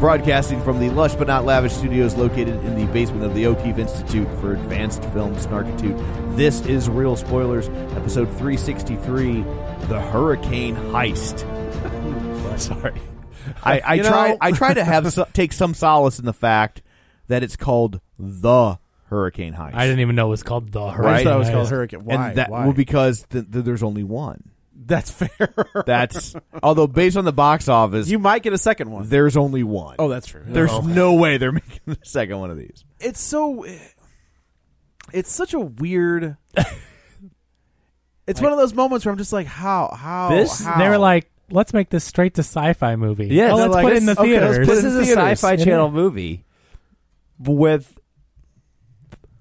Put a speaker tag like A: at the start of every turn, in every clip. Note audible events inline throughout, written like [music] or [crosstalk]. A: Broadcasting from the lush but not lavish studios located in the basement of the O'Keefe Institute for Advanced Film Snarkitude, this is Real Spoilers, episode 363 The Hurricane Heist.
B: [laughs]
A: Sorry. I, I
B: You know-
A: try I try to
B: [laughs]
A: have so, take some solace in the fact that it's called the Hurricane Heist.
C: I didn't even know it was called the hurricane.
A: right?
B: thought it was
C: Heist.
B: called Hurricane. Why?
A: And that,
B: Why?
A: Well, because th- th- there's only one.
B: That's fair.
A: That's although based on the box office,
B: [laughs] you might get a second one.
A: there's only one.
B: Oh, that's true.
A: there's no way they're [laughs] making the second one of these.
B: it's so it's such a weird it's one of those moments where i'm just like how how
C: This
B: how?
C: they were like, let's make this straight to sci-fi movie.
D: Yes.
C: oh,
D: They're
C: let's
D: like,
C: put it in the
B: okay, let's
C: theaters.
B: put it
D: this
B: in
D: is a
B: theaters,
D: sci-fi
C: isn't
D: channel movie with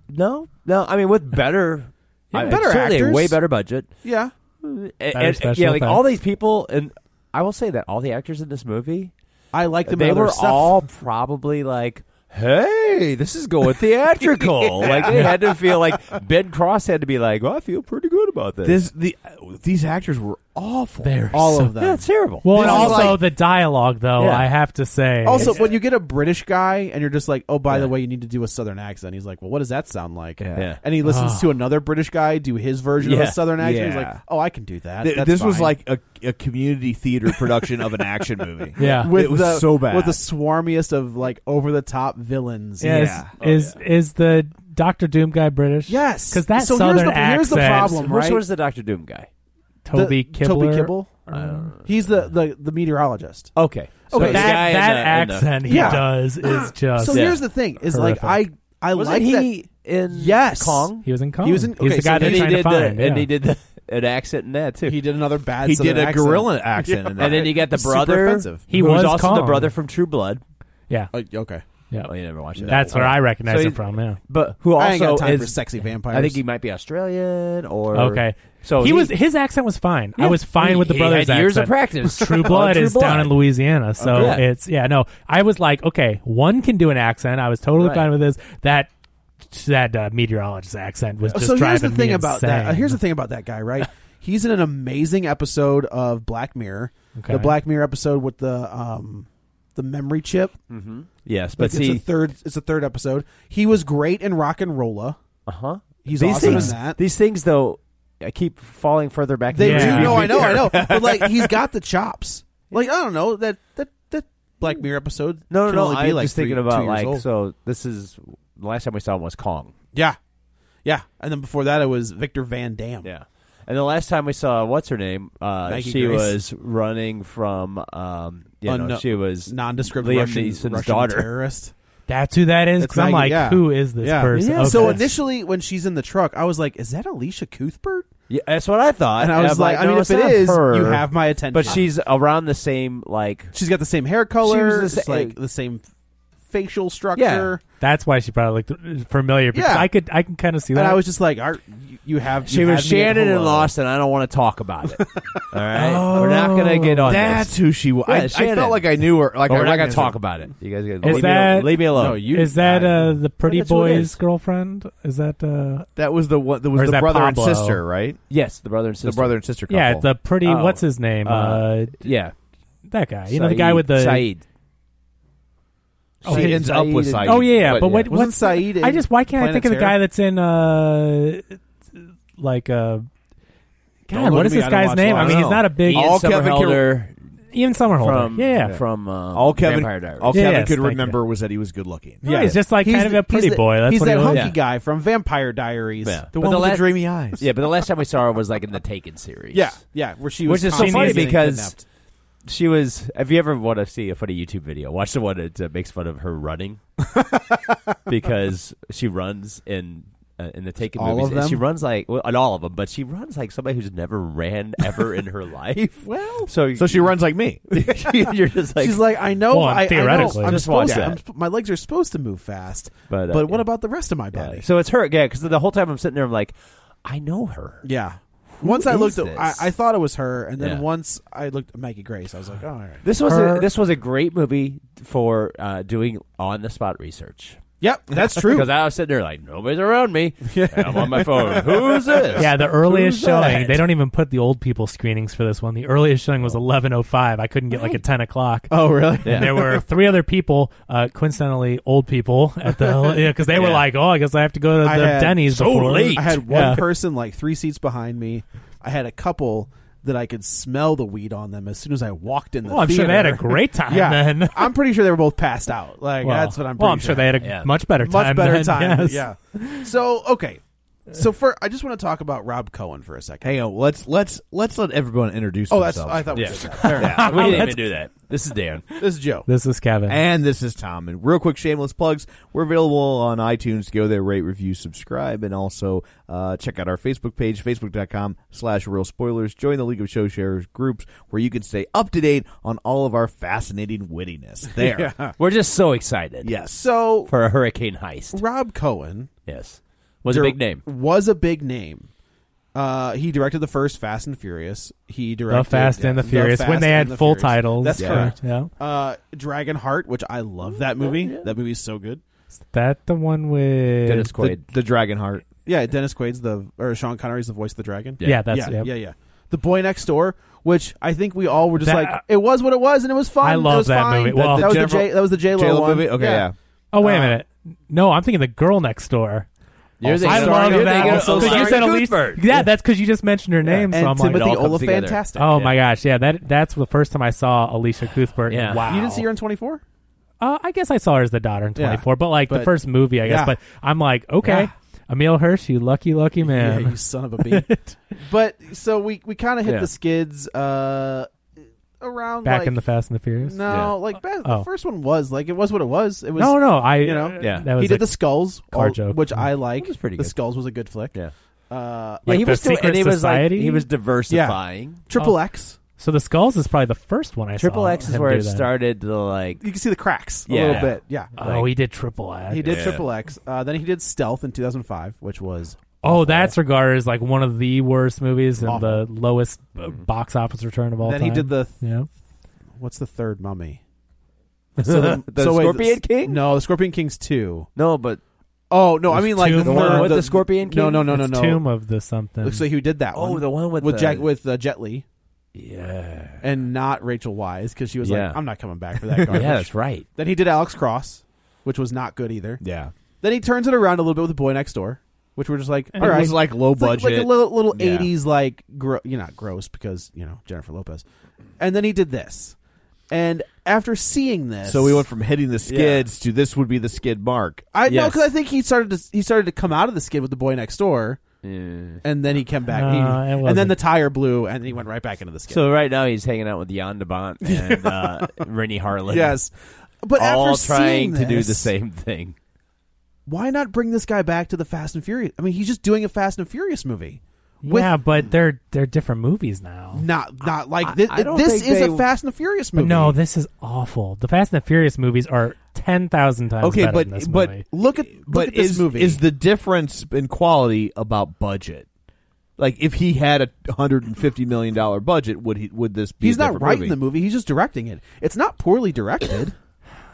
D: no, no. I mean, with better,
A: [laughs]
B: Yeah,
D: I-
B: better
D: certainly
B: actors.
D: a way better budget.
B: [laughs] yeah
D: And,
C: Better
D: and-
C: special
D: yeah, like all these
C: effects.
D: people, and I will say that all the actors in this movie,
B: i like them
D: they
B: in other
D: were
B: stuff.
D: all probably like. Hey, this is
A: [laughs]
D: going theatrical. Like they had to feel like Ben Cross had to be like, well, I feel pretty good about this.
A: This the these actors were awful.
C: They're
B: all
C: so-
B: of them
D: yeah, it's terrible.
C: Well,
B: This
C: and
B: is
C: also
B: like-
C: the dialogue, though
D: Yeah.
C: I have to say,
B: also
C: it's-
B: when you get a british guy and you're just like oh by the way you need to do a southern accent he's like well what does that sound like
D: Yeah. Yeah.
B: and he listens to another british guy do his version of
D: Yeah.
B: a southern accent he's
A: Yeah.
B: like oh i can do that
A: Th-
B: That's
A: this was
B: fine."
A: like a, a community theater production of an action
D: [laughs]
A: movie.
C: yeah,
B: with
A: it was
B: the,
A: so bad.
B: with the swarmiest of like over the top villains
C: yeah, is is, is the Doctor Doom guy British?
B: Oh, Yes.
C: because that
B: So
C: southern
B: here's the, here's the
C: accent,
B: problem,
D: Which
B: right?
D: was the Doctor Doom guy?
B: The-
C: Toby Kibler.
B: Toby Kibble.
C: Um,
B: He's the, the, the meteorologist.
D: Okay,
C: so
B: Okay.
C: that
B: the
D: guy in
C: that
D: the- in the-
C: accent he
B: uh, Yeah.
C: does is just.
B: [gasps] so
D: yeah.
B: here's the thing: is like
C: Oh, Horrific.
B: I I
D: Wasn't
B: like
D: he
B: that.
D: in
B: Yes.
D: Kong?
C: He was in Kong.
B: He was in-
C: He's
B: okay,
C: the guy
B: so
C: they're
D: and he
C: trying
D: did
C: to find.
D: the, and
C: yeah.
D: he did the, an accent in that too.
B: He did another bad.
A: he
B: Southern
A: did a
B: accent. [laughs]
A: gorilla accent, in that.
D: and then you got the
B: Super
D: brother.
B: offensive.
C: He
D: who
C: was
D: also the
C: Kong.
D: brother from True Blood.
C: yeah,
B: Uh, okay,
C: yeah.
D: Oh, you never watched it.
C: That's where I recognize
D: So
C: him
D: he-
C: from. Yeah.
D: But who
B: I ain't
D: also
B: got time
D: is
B: for sexy vampires.
D: I think he might be Australian or
C: Okay.
D: So
C: he, was his accent was fine. I was fine
D: He-
C: with the
D: he
C: brothers.
D: had years of
C: accent.
D: practice. [laughs]
C: True
D: On
C: Blood
D: True
C: is
D: Blood.
C: down in Louisiana, so
D: Okay. Yeah.
C: it's yeah. No, I was like, okay, one can do an accent. I was totally
D: Right.
C: fine with this. That that uh, meteorologist accent was just
B: Oh, so here's
C: driving
B: the thing
C: me
B: about
C: insane.
B: that. uh, here's the thing about that guy, right? He's in an amazing episode of Black Mirror.
C: Okay.
B: The Black Mirror episode with the um the memory chip.
D: Mm-hmm. yes, but
B: it's a
D: see,
B: third. It's a third episode. He was great in Rock and Rolla.
D: uh huh.
B: He's
D: these
B: awesome
D: things,
B: in that.
D: these things though, I keep falling further back.
B: They
D: into
C: Yeah.
B: do. No,
D: the-
B: I
D: [laughs]
B: know, I know. But like, he's got the chops. Like, I don't know that that that Black Mirror episode.
D: No,
B: can
D: no, no.
B: only be
D: I'm
B: like
D: just
B: three-
D: thinking
B: two
D: about
B: years
D: like
B: old.
D: so. This is the last time we saw him was Kong.
B: yeah, yeah. And then before that, it was Victor Van Dam.
D: Yeah. And the last time we saw what's her name, uh,
B: Maggie
D: she
B: Grace.
D: was running from, um, you
B: Oh,
D: know,
B: no.
D: she was
B: nondescript
D: Liam
B: Russian,
D: Neeson's
B: Russian
D: daughter. [laughs]
B: terrorist.
C: That's who that is.
B: It's
C: Because I'm
B: Maggie,
C: like,
B: yeah.
C: who is this
B: Yeah.
C: person?
D: Yeah.
C: Okay.
B: So initially, when she's in the truck, I was like, "Is that Alicia Cuthbert?"
D: Yeah, that's what I thought.
B: And I
D: I'm
B: was like, "I
D: no,
B: mean, if
D: it's
B: it
D: not
B: is,
D: her.
B: you have my attention."
D: But she's around the same like
B: she's got the same hair color,
A: uh,
D: She was the
B: it's
D: sa-
B: like the same facial structure.
C: That's why she probably looked familiar. Because
B: Yeah.
C: I could, I can kind of see
B: And
C: that.
B: I was just like, Art, you- you have.
D: She
B: you
D: was
B: had me at
D: Shannon and
B: hello.
D: Lost, and I don't want to talk about [laughs] it. All right, we're not gonna get on
A: That's
D: this.
A: who she was.
D: Yeah,
A: I, I
D: Shannon.
A: felt like I knew her. Like
D: But
A: I
D: we're not gonna
A: recognized
D: talk
A: her.
D: about it. You guys gotta
C: Is
D: leave, me
C: that-
D: alone. leave me alone.
A: No, you-
C: is that uh, the pretty
D: that's who it
C: boy's
D: is.
C: girlfririend? Is that uh,
A: That was the one. That
C: Or
A: was
C: is
A: the
C: that
A: brother and
C: Pablo?
A: sister, right?
D: yes, the brother and sister.
A: The brother and sister. Couple.
C: yeah? The pretty
D: Oh.
C: what's his name?
D: Uh,
C: Uh,
D: yeah,
C: that guy. You know the guy with the
D: Saeed.
C: Oh,
A: she
C: his-
A: ends up with
D: Saeed
A: Saeed.
D: and-
C: Oh yeah, yeah, but, what?
A: yeah.
B: Wasn't
C: What's
B: Saeed
C: I
B: in
C: just why can't I
B: Planet
C: think of the
B: Terror?
C: guy that's in uh, like uh, God,
B: look
C: what
B: at
C: is
B: me,
C: this
B: I don't
C: guy's
B: watch
C: name?
B: Law
C: I
B: and
C: mean, he's
B: Order.
C: not a big
D: Ian
A: All Kevin
D: Somerhalder
C: Ian Somerhalder.
D: from
C: yeah,
D: from uh,
B: um,
A: all Kevin.
D: Vampire Diaries.
A: All
C: Yeah,
A: Kevin
C: yes,
A: could
C: thank you.
A: remember was that he was good looking.
C: Yeah, he's just like
B: He's
C: kind of
B: the-
C: a pretty
B: he's the-
C: boy. That's
B: he's
C: what
B: that
C: he was.
B: hunky
D: Yeah.
B: guy from Vampire Diaries.
D: Yeah. But
B: The one
D: the
B: with the
D: last-
B: dreamy eyes.
D: yeah, but the last time we saw her was like in the Taken series.
B: Yeah, yeah, where she was
D: Which is so
B: constantly
D: funny
B: getting
D: because-
B: kidnapped.
D: she was. If you ever want to see a funny YouTube video, watch the one that uh, makes fun of her running because she runs in uh, in the Taken
A: All
D: movies.
A: of
D: And she
A: them?
D: runs like well, in all of them, but she runs like somebody who's never ran ever in her [laughs] life.
B: Well,
D: so
A: So she runs like
B: [laughs]
A: me.
D: [laughs] you're just like
B: she's like, I know,
C: Well,
B: I, I
C: theoretically.
B: know, I'm
D: Just
B: supposed
D: watch
B: to,
D: that.
B: I'm sp- my legs are supposed to move fast,
D: But, uh,
B: but what
D: yeah.
B: about the rest of my
D: Yeah.
B: body?
D: So it's her. Yeah, because the whole time I'm sitting there, I'm like, I know her.
B: Yeah. Once I
D: is
B: looked, at,
D: this?
B: I, I thought it was her, and then
D: Yeah.
B: once I looked at Maggie Grace, I was like, oh, all right.
D: This was a,
C: Her-
D: this was a great movie for uh, doing on the spot research.
B: Yep, that's true.
D: Because I was sitting there like nobody's around me. And I'm on my phone. Who's this?
C: Yeah, the earliest
D: Who's
C: showing.
D: that?
C: They don't even put the old people screenings for this one. The earliest showing was eleven oh five. I couldn't get like a ten o'clock.
B: oh, really?
D: Yeah.
C: And there
B: [laughs]
C: were three other people, uh, coincidentally old people at the because they were
D: Yeah.
C: like, oh, I guess I have to go to the
B: I had-
C: Denny's
D: so
C: before.
D: late.
B: I had one
C: Yeah.
B: person like three seats behind me. I had a couple that I could smell the weed on them as soon as I walked in the
C: Well, Oh, I'm
B: theater.
C: sure they had a great time
B: [laughs]
C: [laughs]
B: yeah,
C: then.
B: I'm pretty sure they were both passed out. Like
C: Well,
B: that's what I'm.
C: well,
B: pretty
C: I'm sure they had a
D: Yeah.
C: much better time.
B: much better
C: then,
B: time.
C: yes.
B: Yeah. So okay, so for I just want to talk about Rob Cohen for a second.
A: Hang on. Let's let's let's let everyone introduce
B: Oh, that's
A: themselves.
B: I thought we
D: Yeah.
B: did that. Fair enough.
D: Yeah, we didn't
C: That's-
D: even do that. This is Dan.
B: This is Joe.
C: This is
A: [laughs]
C: Kevin.
A: And this is Tom. And real quick, shameless plugs. We're available on iTunes. Go there, rate, review, subscribe, and also uh, check out our Facebook page, facebook.com slash real spoilers. Join the League of Show Sharers groups where you can stay up to date on all of our fascinating wittiness.
B: [laughs]
A: There.
D: We're just so excited.
A: Yes.
B: So
D: For a hurricane heist.
B: Rob Cohen
D: Yes. Was a
B: dir-
D: big name.
B: Was a big name. Uh, he directed the first Fast and Furious. He
C: the
B: directed
C: Fast and the Furious when
B: Fast
C: they
B: and
C: had
B: the
C: full
B: Furious.
C: titles.
B: That's
C: Yeah. Mm,
B: correct.
C: Yeah.
B: Uh, Dragonheart, which I love that movie. That movie's so good.
C: Is that the one with
D: Dennis Quaid.
A: The, the Dragon Heart.
B: Yeah, Dennis Quaid's the or Sean Connery's the voice of the dragon.
C: yeah. that's
B: yeah,
C: yep.
B: yeah, yeah. The Boy Next Door, which I think we all were just
C: That-
B: like, it was what it was, and it was fun.
C: I
B: It
C: love
B: was
C: that
B: fine.
C: movie.
B: That,
C: Well-
B: that was the
A: Jennifer-
B: J. That was the J
A: J-Lo
B: one.
A: movie? Okay, yeah.
C: Oh wait a
B: Uh,
C: minute. No, I'm thinking the girl next door.
D: You're
C: I
D: thinking-
C: love
D: you're
C: that.
D: thinking
C: also.
D: of
C: 'Cause you
D: Osari
C: said Elise-
D: Cuthbert.
C: Yeah, that's because you just mentioned her name. So I'm
B: And
C: like,
B: Timothy
D: all comes together.
B: Olyphantastic.
C: oh my gosh, yeah, that that's the first time I saw Alicia Cuthbert.
D: Yeah.
C: Wow,
B: You didn't see her in twenty four?
C: Uh, I guess I saw her as the daughter in
B: Yeah.
C: 24, but like
B: But-
C: the first movie, I guess.
B: Yeah.
C: But I'm like, okay,
B: Yeah.
C: Emil Hirsch, you lucky,
D: [laughs]
C: lucky man.
B: Yeah, you son of a bee. but so we we kind of hit
D: Yeah.
B: the skids uh,
C: [laughs]
B: around
C: Back
B: like,
C: in the Fast and the Furious.
B: no,
D: Yeah.
B: like back,
C: Oh.
B: the first one was like it was what it was. It was
C: no, no, I
B: you know,
D: Yeah.
C: that was
B: he did
C: a-
B: the skulls,
C: car
B: all-
C: joke.
B: which I
D: Mm-hmm. It
B: like.
D: was pretty
B: the
D: good.
B: skulls was a good flick.
D: Yeah.
B: Uh,
D: Yeah, he
C: the
D: was still,
C: secret
D: and he was like
C: society?
D: he was diversifying.
B: Triple X.
C: so the skulls is probably the first one I saw.
D: Triple X is
C: him
D: where
C: do
D: it
C: that.
D: started to like
B: You can see the cracks a
D: Yeah.
B: little bit. Yeah.
C: Oh, he did Triple X.
B: He did
D: Yeah.
B: Triple X. Uh, then he did Stealth in 2005, which was
C: Oh, that's regarded as like one of the worst movies and
B: Awful. Mm-hmm.
C: the lowest uh, box office return of all
B: then
C: time.
B: he did the
C: [laughs] yeah.
B: what's the third Mummy?
D: [laughs] so the,
B: wait,
D: Scorpion
B: the-
D: King.
B: No, the Scorpion King's two.
D: No, but
B: Oh no, I mean like
C: two
B: the,
C: The
D: one
B: third-
D: with the Scorpion
B: No,
D: King?
B: no, no, no,
C: It's
B: no.
C: Tomb of the something.
B: Looks like he did that one.
D: oh, the one with
B: with
D: the,
B: Jack with uh, Jet Li
D: yeah,
B: and not Rachel Wise because she was
D: Yeah.
B: like, I'm not coming back
D: [laughs]
B: for that garbage.
D: yeah, that's right.
B: Then he did Alex Cross, which was not good either.
A: Yeah.
B: Then he turns it around a little bit with the Boy Next Door, which we're just like, all
A: It
B: right,
A: was like low
B: It's like-
A: budget.
B: like, a little, little
A: Yeah.
B: 80s like gro- you're not gross because you know Jennifer Lopez and then he did this and after seeing this
A: so we went from hitting the skids to this would be the skid mark.
B: I no
D: Yes.
B: because I think he started to he started to come out of the skid with the boy next door and then he came back
C: No,
B: He-
C: it
B: and then
C: wasn't.
B: the tire blew and he went right back into the skid
D: So right now he's hanging out with
A: [laughs]
D: Jan DeBont and uh, Rennie Harlan.
B: yes but
D: all
B: after
D: trying
B: seeing
D: to do
B: this,
D: the same thing.
B: why not bring this guy back to the Fast and Furious I mean he's just doing a Fast and Furious movie with-
C: yeah, but they're they're different movies now.
B: not not like
D: I-
B: this
D: I don't
B: this
D: think
B: is
D: they-
B: a Fast and the Furious
C: But
B: movie
C: no, this is awful. The Fast and the Furious movies are ten thousand times
A: Okay,
C: better
A: but
C: than this
A: but
C: movie.
A: look at but
B: at this
A: is
B: movie.
A: is the difference in quality about budget? Like if he had a hundred and fifty million dollar budget, would he would this be?
B: He's
A: a
B: not
A: different
B: writing
A: movie?
B: the movie. He's just directing it. It's not poorly directed.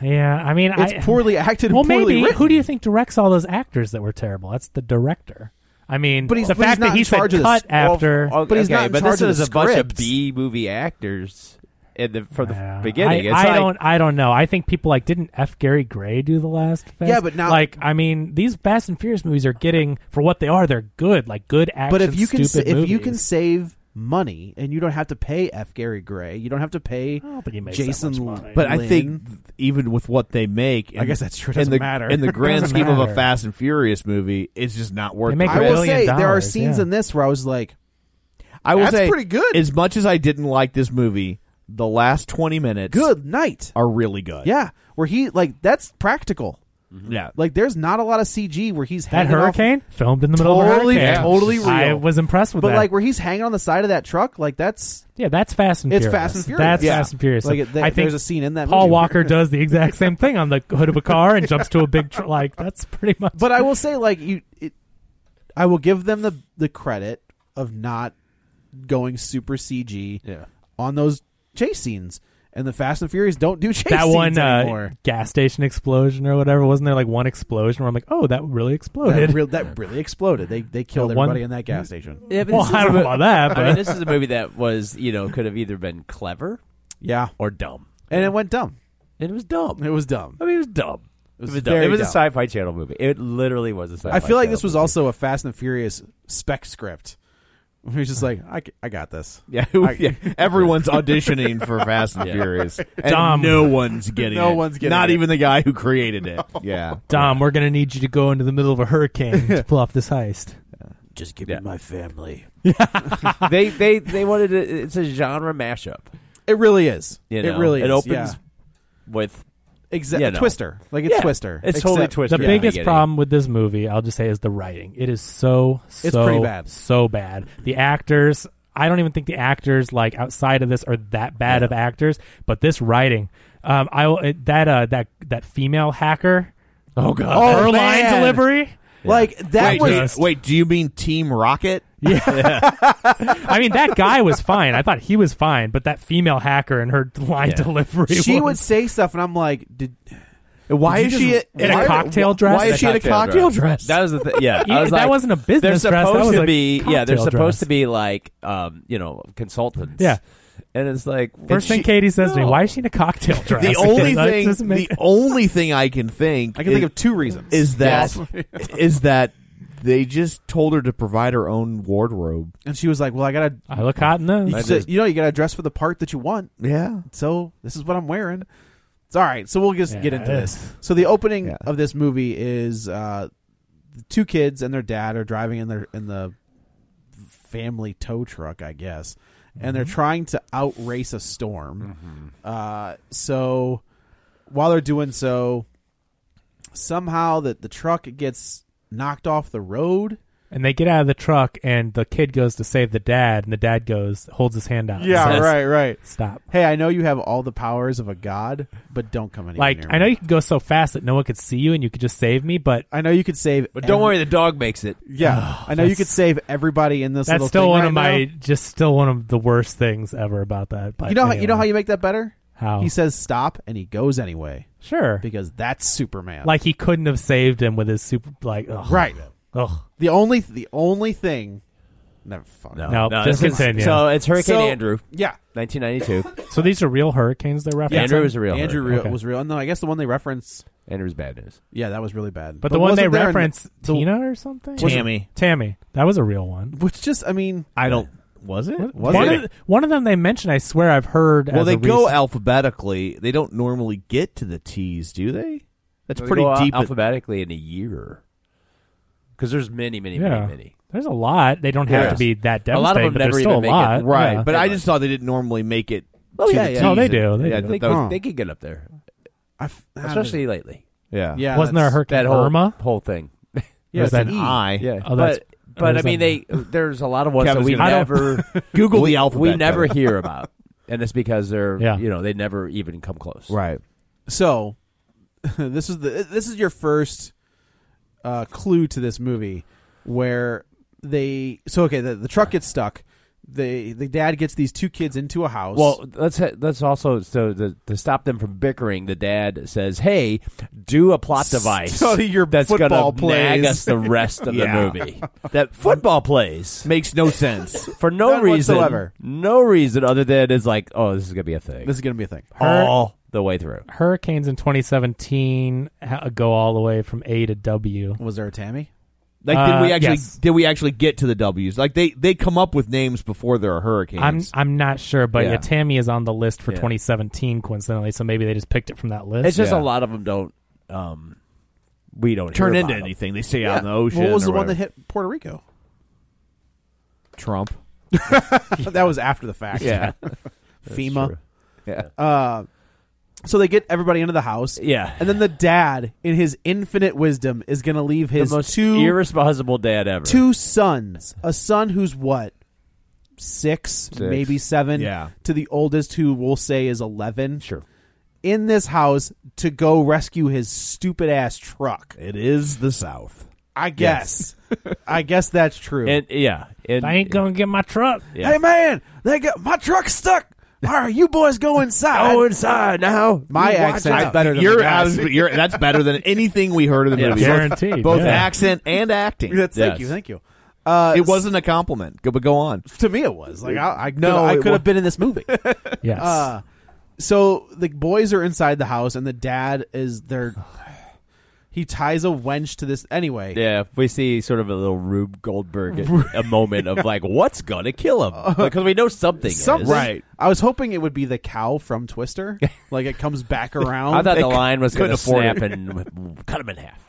C: Yeah, I mean, [laughs]
B: It's
C: I,
B: poorly acted and
C: Well,
B: poorly
C: maybe
B: written.
C: who do you think directs all those actors that were terrible? That's the director. I mean,
B: But he's-
C: the
B: but he's
C: fact
B: not
C: that
B: in
C: he said
B: charge of the
C: cut
B: s-
C: after.
A: Oh,
B: well, But he's
D: okay,
B: not in
D: but
B: charge
D: this
B: of
D: is
B: the
D: a bunch of
B: script.
D: B movie actors in the, from the
C: Yeah.
D: beginning.
C: I,
D: it's
C: I
D: like,
C: don't. I don't know. I think people like didn't F. Gary Gray do the last? Fast?
B: Yeah, but now-
C: like I mean, these Fast and Furious movies are getting for what they are. They're good, like good action.
B: but if you can sa-
C: stupid
B: if you
C: movies.
B: can save money and you don't have to pay F. Gary Gray, you don't have to pay
C: Oh, but he makes that
B: Jason.
C: much
B: L-
C: money.
A: But I
B: Lin.
A: think th- even with what they make, in,
B: I guess that's true. [laughs] It
A: in
B: doesn't
A: the
B: matter.
A: in the grand
C: Doesn't
A: scheme of a
C: matter.
A: Fast and Furious movie, it's just not worth.
C: They make
A: the
C: a
B: I
A: risk.
B: will
C: billion
B: say there are
C: dollars,
B: scenes
C: yeah.
B: in this where I was like,
A: I will
B: That's
A: say
B: pretty good.
A: As much as I didn't like this movie, the last twenty minutes
B: "Good night."
A: are really good.
B: Yeah, where he like that's practical.
A: yeah.
B: Like there's not a lot of CG where he's
C: that
B: hanging off-
C: hurricane filmed in the middle
B: Totally-
C: of a hurricane,
B: totally real.
C: I was impressed with
B: but
C: that.
B: like where he's hanging on the side of that truck, like that's
C: Yeah, that's Fast and
B: It's
C: Furious.
B: Fast and Furious.
C: That's
B: Yeah.
C: Fast and Furious.
B: Like, it- there-
C: I think
B: there's a scene in that
C: Paul
B: movie where- [laughs]
C: Walker does the exact same thing on the hood of a car and jumps to a big tr- like that's pretty much.
B: but I will say, like you, it, I will give them the the credit of not going super CG
A: Yeah.
B: on those chase scenes. And the Fast and Furious don't do [laughs] chase
C: that
B: scenes
C: one uh,
B: anymore.
C: gas station explosion or whatever wasn't there like one explosion where I'm like, oh, that really exploded.
B: That, real, that really exploded. They they killed
C: The one-
B: everybody in that gas station.
D: Yeah, but
C: [laughs] well,
D: this is
C: I
D: a
C: don't know
D: mo-
C: about that,
D: I mean,
C: but
D: this is a movie that was you know could have either been clever
B: Yeah,
D: or dumb.
B: and it went dumb.
D: It was dumb.
B: It was dumb.
D: I mean, it was dumb. It
B: was
D: was, dumb.
B: very
D: It was a
B: dumb.
D: sci-fi channel movie. It literally was a sci-fi.
B: I feel like
D: Channel
B: this was
D: movie.
B: also a Fast and Furious spec script. [laughs] It was just like I, c- I got this.
A: Yeah, [laughs] yeah. everyone's auditioning for Fast and Furious, and
C: Dumb.
A: no one's getting
B: No
A: it.
B: one's getting
A: Not
B: it.
A: even the guy who created it. Yeah,
C: Dom, we're gonna need you to go into the middle of a hurricane
B: [laughs]
C: to pull off this heist.
A: just give me my family.
D: they they they wanted a, it's a genre mashup.
B: It really is.
D: You
B: it
D: know?
B: really
D: it
B: is.
D: opens
B: yeah.
D: with
B: Exactly.
D: you know.
B: Twister. Like it's
D: Yeah,
B: Twister.
D: It's totally
B: Except-
D: Twister.
C: The
D: at
C: biggest
D: beginning.
C: problem with this movie, I'll just say, is the writing. It is so so
B: It's pretty bad.
C: so bad. The actors, I don't even think the actors like outside of this are that bad of actors, but this writing, um, I will- it- that uh that that female hacker,
D: Oh god.
C: her
B: man.
C: line delivery.
B: Like that
A: Wait,
B: was.
C: just-
A: do, wait, do you mean Team Rocket?
C: [laughs] I mean, that guy was fine. I thought he was fine, but that female hacker and her line delivery.
B: she would
C: was,
B: say stuff, and I'm like, did
A: Why
B: Did
A: is
B: you
A: she
B: just-
C: in a
A: why-
C: cocktail
A: why-
C: dress?
A: Why is she in a cocktail dress?
D: That was the thing.
C: [laughs]
D: Yeah,
C: Yeah,
D: I was
C: that
D: like,
C: wasn't a business
D: They're
C: dress, that
D: supposed
C: was
D: to
C: a
D: be. Yeah, they're
C: cocktail
D: supposed
C: dress.
D: to be like, um, you know, consultants.
C: Yeah.
D: and it's like
C: First
D: and
C: thing
D: she-
C: Katie says to me,
D: No.
C: "Why is she in a cocktail dress?" [laughs]
A: the only
C: That
A: thing,
C: doesn't make-
A: the only thing I can think,
B: I can
A: is,
B: think of two reasons.
A: is that
D: [laughs]
A: is that they just told her to provide her own wardrobe.
B: [laughs] and she was like, well, I gotta.
C: I look hot in
B: You,
C: those.
B: said- you know, you gotta dress for the part that you want.
A: Yeah,
B: So this is what I'm wearing. It's all right. So we'll just get
C: Yeah,
B: into
C: it
B: this.
C: is.
B: So the opening
A: Yeah.
B: of this movie is uh, the two kids and their dad are driving in their in the family tow truck, I guess, and
C: Mm-hmm.
B: they're trying to outrace a storm. Uh, so while they're doing so, somehow that the truck gets knocked off the road.
C: And they get out of the truck, and the kid goes to save the dad, and the dad goes, holds his hand out. and says,
B: right.
C: Stop.
B: Hey, I know you have all the powers of a god, but don't come anywhere
C: Like,
B: near
C: I know
B: me.
C: you could go so fast that no one could see you, and you could just save me, but
B: I know you could save,
D: But don't
B: every-
D: worry, the dog makes it.
B: Yeah,
D: [sighs]
B: I know you could save everybody in this.
C: that's
B: little
C: still
B: thing
C: one
B: right
C: of my,
B: now.
C: just still one of the worst things ever about that. But
B: You know, how,
C: anyway.
B: you know how you make that better?
C: How?
B: He says stop, and he goes anyway
C: sure,
B: because that's Superman.
C: like he couldn't have saved him with his super, like,
D: Oh,
C: ugh,
B: right.
C: Ugh.
B: The only the only thing. Never fuck.
C: No, just
D: this is-
C: continue.
D: So it's Hurricane
B: So-
D: Andrew,
B: Yeah,
D: 1992.
C: So these are real hurricanes they're referencing.
D: Andrew was a real.
B: Andrew
D: hurricane.
B: real,
C: Okay.
B: was real. No, I guess the one they reference.
D: Andrew's bad news.
B: Yeah, that was really bad.
C: but the one they
B: wasn't there in the-
C: reference,
B: the-
C: Tina or something,
A: Tammy.
C: Tammy, that was a real one.
B: which just I mean,
A: I don't. Was it?
C: one, of, one of them they mentioned. I swear I've heard.
A: Well,
C: as
A: they
C: a
A: go
C: recent-
A: alphabetically. They don't normally get to the T's, do they? That's
D: It's
A: pretty deep.
D: alphabetically in a year, because there's many, many,
C: Yeah.
D: many, many.
C: There's a lot. They don't have
A: Yeah.
C: to be that
D: A
C: devastating,
D: lot of them
C: but
D: never
C: there's still
D: even
C: a
D: make it.
C: lot.
A: right,
C: Yeah.
A: but I just thought they didn't normally make it.
D: Oh,
A: to
D: yeah,
A: the
D: yeah.
A: T's.
C: No, they
A: And-
C: do, they
A: yeah, I
C: do.
A: thought
D: They,
A: that was-
D: they could get up there,
B: I f- I don't know.
D: especially lately.
A: yeah,
B: yeah,
C: Wasn't there a
B: that's-
C: hurricane
D: That whole
C: Irma?
D: whole thing.
B: Yeah,
C: was
B: it's
C: that
B: an
C: an
B: E.
A: I.
D: [laughs] Yeah,
C: Oh, that's-
D: but but I
C: there's
D: mean, they [laughs]
C: that-
D: there's E. a lot of ones
A: Kevin's
D: that we
A: gonna-
D: never
A: [laughs] Google
D: we,
A: the alphabet.
D: We never
A: Kevin.
D: hear about, and it's because they're
C: Yeah.
D: you know they never even come close.
A: Right.
B: So [laughs] this is the this is your first uh, clue to this movie where they so okay the, the truck gets stuck. They the dad gets these two kids into a house.
D: Well, let's ha- let's also so the, to stop them from bickering, the dad says, "Hey, do a plot device
B: Study your
D: [laughs] that's
B: football
D: gonna nag
B: plays."
D: us the rest of [laughs]
B: Yeah.
D: the movie." That football plays
A: Makes no sense.
D: for no
B: None
D: reason,
B: whatsoever.
D: no reason other than it's like, oh, this is gonna be a thing
B: [laughs] this is gonna be a thing.
D: all the way through.
C: Hurricanes in 2017 ha- go all the way from A to W.
B: Was there a Tammy?
A: Like, did we
C: Uh,
A: actually
C: yes.
A: did we actually get to the W's? Like they they come up with names before there are
C: I'm
A: hurricanes.
C: I'm not sure, but yeah.
A: Yeah.
C: Tammy is on the list for
D: Yeah.
C: 2017 coincidentally, so maybe they just picked it from that list.
D: It's just
A: Yeah.
D: a lot of them don't. Um, we don't
A: Turn
D: hear
A: into
D: about 'em.
A: anything they see out in the
B: Yeah.
A: ocean.
B: What was
A: or
B: the one that
A: whatever.
B: hit Puerto Rico?
A: [laughs] Trump?
B: that was after the fact. [laughs]
D: Yeah,
B: FEMA.
D: true. yeah,
B: Uh, so they get everybody into the house,
D: yeah.
B: and then the dad, in his infinite wisdom, is going to leave his
D: the most
B: two
D: irresponsible dad ever.
B: two sons, a son who's what six, maybe seven,
A: Yeah.
B: to the oldest, who we'll say is eleven,
D: Sure.
B: in this house to go rescue his stupid ass truck.
A: It is the South.
B: I guess, [laughs] I guess that's true.
D: and yeah, and
C: I ain't gonna get my truck.
D: yeah.
B: Hey man, they got my truck stuck. All right, you boys go
A: [laughs]
B: inside.
A: Oh,
D: go inside now.
B: My accent's better than
A: Your
B: the guy's.
A: abs- your- that's better than anything we heard in the
D: Yeah.
A: movie.
C: Guaranteed,
A: Both
C: yeah.
A: accent and acting.
B: That's- Thank
D: Yes.
B: you, thank you. Uh,
A: it wasn't a compliment. Go, but go on.
B: to me. It was like I, I
A: No,
B: no, I
A: it
B: could
A: wa-
B: have been in
A: [laughs]
B: this movie.
C: Yes.
B: Uh, so the boys are inside the house, and the dad is there. [sighs] He ties a wench to this anyway.
D: Yeah, we see sort of a little Rube Goldberg
C: [laughs]
D: at a moment of like, what's gonna kill
C: Uh,
D: him? Because we know something.
B: Something.
D: is.
B: I was hoping it would be the cow
D: [laughs]
B: from Twister. like it comes back around.
D: I thought
B: They
D: the
B: c-
D: line was
B: couldn't
D: gonna
B: afford
D: snap
B: it.
D: and cut him in half.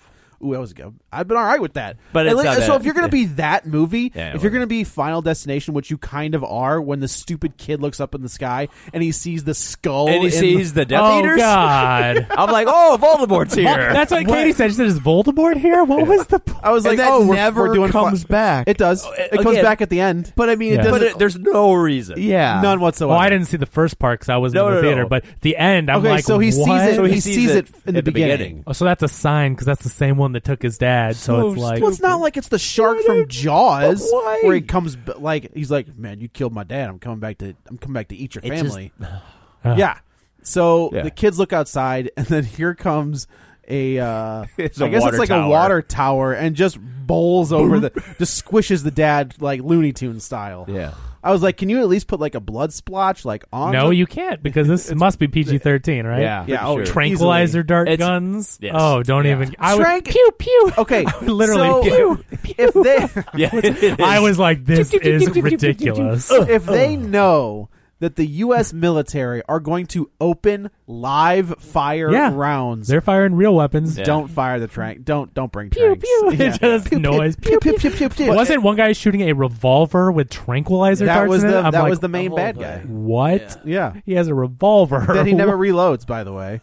B: Ooh, that was good. I've been all right with that.
D: But
B: And
D: it's
B: like-
D: not
B: so
D: that-
B: if you're gonna be that movie,
D: Yeah, it
B: if you're
D: wasn't.
B: gonna be Final Destination, which you kind of are, when the stupid kid looks up in the sky and he sees the skull,
D: And he
B: in
D: sees the Death
C: oh
D: Eaters.
C: God.
D: I'm like, oh, Voldemort's here.
C: That's what, Katie said. She said, "Is Voldemort here? What was the?" point?
B: I was
A: And
B: like,
A: that
B: oh, we're,
A: never
B: we're doing fi-
A: comes back.
B: It does. It comes
D: Oh, again.
B: back at the end,
A: But I mean,
C: Yeah.
A: it
D: but
A: doesn't.
D: it, there's no reason.
A: yeah,
B: none whatsoever.
C: Well, Oh, I didn't see the first part because I was
D: No,
C: in
D: no,
C: the
D: no.
C: theater. But the end, I'm
B: Okay,
C: like,
B: so he sees
C: what?
B: it.
D: So he,
B: He sees it in the
D: at the
B: beginning.
D: beginning.
C: Oh, so that's a sign because that's the same one that took his dad. So,
D: So
C: it's like,
B: Well, it's not like it's the shark from Jaws
D: but why?
B: where he comes b- like he's like, "Man, you killed my dad. I'm coming back to I'm coming back to eat your
D: It's [sighs]
C: [sighs]
B: family." yeah. So
D: Yeah.
B: the kids look outside, and then here comes a uh,
D: [laughs] It's
B: I
D: a
B: guess
D: water
B: it's like
D: tower.
B: a water tower, and just bowls
D: [laughs]
B: over the just squishes the dad like Looney Tune style.
D: Yeah.
B: I was like, can you at least put like a blood splotch like on?
C: no,
B: the-
C: you can't because this must be PG-13, right?
D: Yeah,
B: yeah.
D: for
B: Oh,
D: sure.
C: Tranquilizer dart
D: It's-
C: guns.
D: yes.
C: Oh, don't even. I would,
B: Trank-
C: pew pew. [laughs]
B: Okay,
C: I would literally.
B: so
C: pew,
B: if they
D: Yeah, [laughs] it
C: I
D: is.
C: was like, this is ridiculous.
B: if they know that the U.S. military are going to open live fire
C: Yeah.
B: rounds,
C: They're firing real weapons.
B: don't fire the trank. Don't don't bring
C: Pew
B: tranks.
C: pew.
B: Yeah.
C: It [laughs] just noise.
B: Pew, pew, pew, pew, pew.
C: Wasn't one guy shooting a revolver with tranquilizer
B: that
C: darts
B: was
C: in
B: the
C: it? I'm
B: that
C: like,
B: was the main bad guy.
C: What? [laughs]
B: Yeah,
C: He has a revolver.
B: that he never reloads. By the way,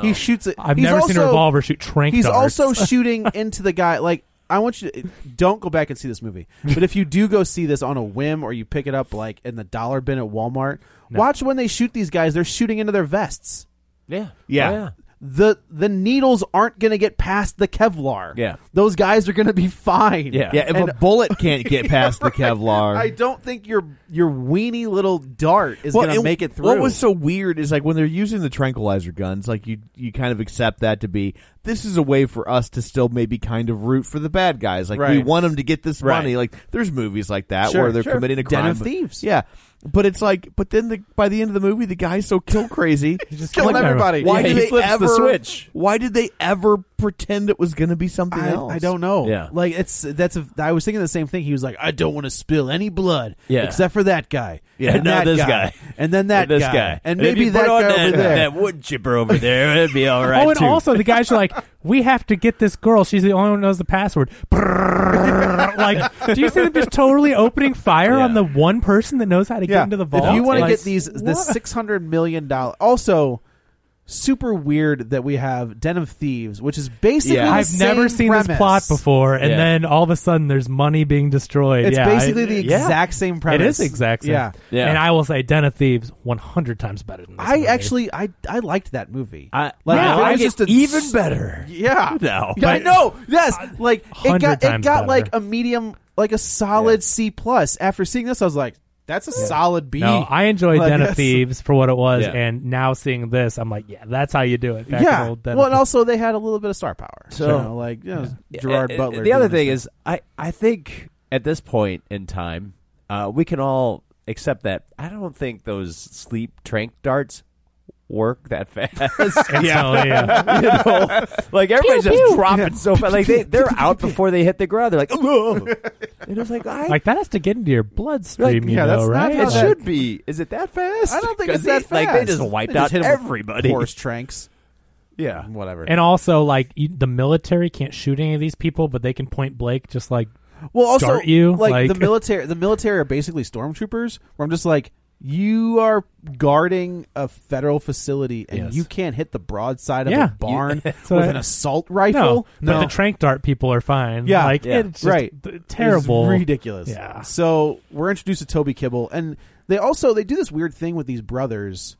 B: he shoots it.
C: I've
B: he's
C: never seen a
B: also-
C: revolver shoot trank
B: He's
C: darts.
B: also
D: [laughs]
B: shooting into the guy. Like I want you to don't go back and see this movie, but if you do go see this on a whim or you pick it up like in the dollar bin at Walmart, watch when they shoot these guys. They're shooting into their vests.
D: Yeah.
A: Yeah.
D: Oh, yeah.
B: the the needles aren't going to get past the Kevlar.
D: Yeah.
B: those guys are going to be fine.
D: Yeah.
A: Yeah, if
B: And-
A: a bullet can't get past the
D: [laughs]
A: Kevlar,
B: [laughs] I don't think your your weenie little dart is going to
A: and
B: make it through.
A: What was so weird is like when they're using the tranquilizer guns, like you you kind of accept that to be this is a way for us to still maybe kind of root for the bad guys. Like we
B: Right.
A: want them to get this
D: Right.
A: money. Like there's movies like that
B: Sure,
A: where they're
B: sure.
A: committing a
B: Den
A: crime.
B: of Thieves.
A: Yeah, but it's like, but then the, by the end of the movie, the guy's so kill
B: [laughs]
A: crazy,
C: just
B: killing
C: killing
B: everybody?
A: Why
D: Yeah,
A: did
D: he
A: they
D: flips the
A: ever
D: switch.
A: Why did they ever pretend it was going to be something
B: I,
A: else?
B: I don't know.
D: Yeah.
B: like it's that's. A, I was thinking the same thing. He was like, I don't want to spill any blood.
D: Yeah.
B: except for that guy.
D: Yeah,
B: and
D: now
B: that
D: this
B: guy,
D: guy.
B: and then
D: [laughs]
B: that
D: this
B: guy,
D: guy.
B: and
D: if
B: maybe
D: you
B: that
D: put on
B: guy
D: that,
B: over there.
D: that wood chipper over there, it'd be all right
C: oh, and
D: too.
C: also the guys
D: [laughs]
C: are like, we have to get this girl. She's the only one who knows the password. Brrrr. like, do you see them just totally opening fire
D: Yeah.
C: on the one person that knows how to
B: yeah.
C: get into the vault?
B: If you want to
C: Like,
B: get these this
C: what?
B: six hundred million dollar, also super weird that we have Den of Thieves, which is basically
D: Yeah.
B: the
C: I've
B: same
C: never seen
B: premise.
C: this plot before, and
D: Yeah.
C: then all of a sudden there's money being destroyed.
B: It's
C: yeah,
B: basically
C: I-
B: the
D: yeah.
B: exact same premise.
C: It is exact same.
B: Yeah.
D: Yeah.
C: And I will say, Den of Thieves, 100 times better than this
B: I
C: movie.
B: actually I I liked that movie.
D: I
B: Like,
D: I
B: if it
D: like
B: was
D: it
B: just a-
D: even better.
B: yeah.
D: [laughs] No.
B: Yeah, I
C: But-
B: know. Yes. Like it
C: 100
B: got it
C: times
B: got
C: better.
B: like a medium like a solid C plus. After seeing this I was like that's a solid B.
C: No, I enjoyed
B: Like,
C: Den of
B: that's-
C: Thieves for what it was,
D: Yeah.
C: and now seeing this, I'm like, yeah, that's how you do it. Back in
B: Yeah.
C: old Den
B: Well,
C: of
B: and also they had a little bit of star power. So
D: Sure.
B: you know, like you know, Gerard
D: Uh, uh,
B: Butler.
D: The other
B: doing
D: thing
B: his
D: is, I I think at this point in time, uh, we can all accept that I don't think those sleep trank darts work that fast. [laughs]
B: [laughs]
C: Thieves. So, yeah.
D: you know, like everybody's just dropping so fast. Like they they're out before they hit the ground. They're like,
B: [laughs]
D: "Ugh." and it's like, I,
C: Like that has to get into your bloodstream, you
B: yeah,
C: know,
B: that's not
C: right?
B: how
D: it
B: that-
D: should be. Is it that fast?
B: I don't think
D: 'Cause
B: it's that
D: they- Like they
B: fast.
D: just wiped
B: They just
D: out
B: hit 'em with
D: everybody.
B: horse tranks.
D: [laughs] Yeah,
B: Whatever.
C: and also, like you, the military can't shoot any of these people, but they can point Blake just like
B: well, also
C: dart you,
B: like, the
C: like- [laughs]
B: military. The military are basically stormtroopers. Where I'm just like, you are guarding a federal facility, and
C: Yes.
B: you can't hit the broadside
C: Yeah.
B: of a barn
C: [laughs] That's
B: with
C: what I-
B: an assault
C: no,
B: rifle.
C: but the trank dart people are fine.
B: Yeah,
C: like
D: yeah,
C: it's just
B: right.
C: th- terrible,
B: It's ridiculous.
C: Yeah.
B: So we're introduced to Toby Kibble, and they also they do this weird thing with these brothers,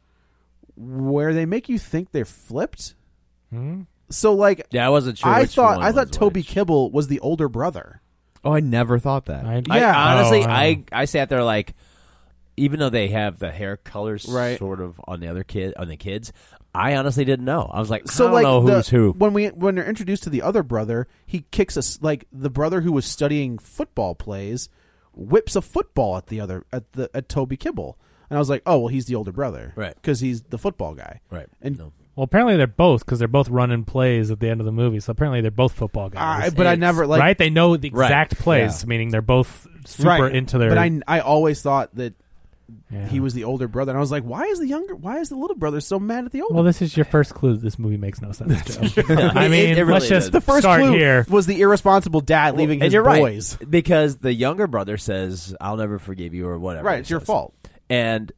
B: where they make you think they're flipped.
C: Hmm?
B: So like,
D: yeah. I wasn't sure.
B: I
D: which
B: thought
D: one
B: I thought
D: was
B: Toby
D: which.
B: Kibble was the older brother.
E: Oh, I never thought that.
C: I-
D: I,
B: Yeah.
D: honestly,
C: Oh, wow.
D: I I sat there like, even though they have the hair colors
B: Right.
D: sort of on the other kid on the kids, I honestly didn't know. I was like,
B: So
D: I don't
B: like
D: know
B: the-
D: who's who.
B: when we when they're introduced to the other brother, he kicks us like the brother who was studying football plays whips a football at the other at the at Toby Kibble. And I was like, "Oh, well he's the older brother."
D: Right.
B: Cuz he's the football guy.
D: Right.
B: And
D: No.
C: Well, apparently they're both because they're both running plays at the end of the movie. So apparently they're both football
B: I,
C: guys,
B: but I never like
C: right? They know the
D: Right.
C: exact plays, meaning they're both super
B: right.
C: into their.
B: But I I always thought that
C: yeah.
B: he was the older brother. And I was like, "Why is the younger why is the little brother so mad at the older?"
C: Well, this is your first clue. that This movie makes no sense. Joe. [laughs]
D: It-
B: [laughs]
C: I
D: it
C: mean,
D: really
C: let's just
D: does.
B: the first
C: start
B: clue
C: here.
B: was the irresponsible dad leaving
D: and
B: his
D: you're
B: boys.
D: right because the younger brother says, "I'll never forgive you" or whatever.
B: Right,
D: he
B: it's your
D: says.
B: fault.
D: And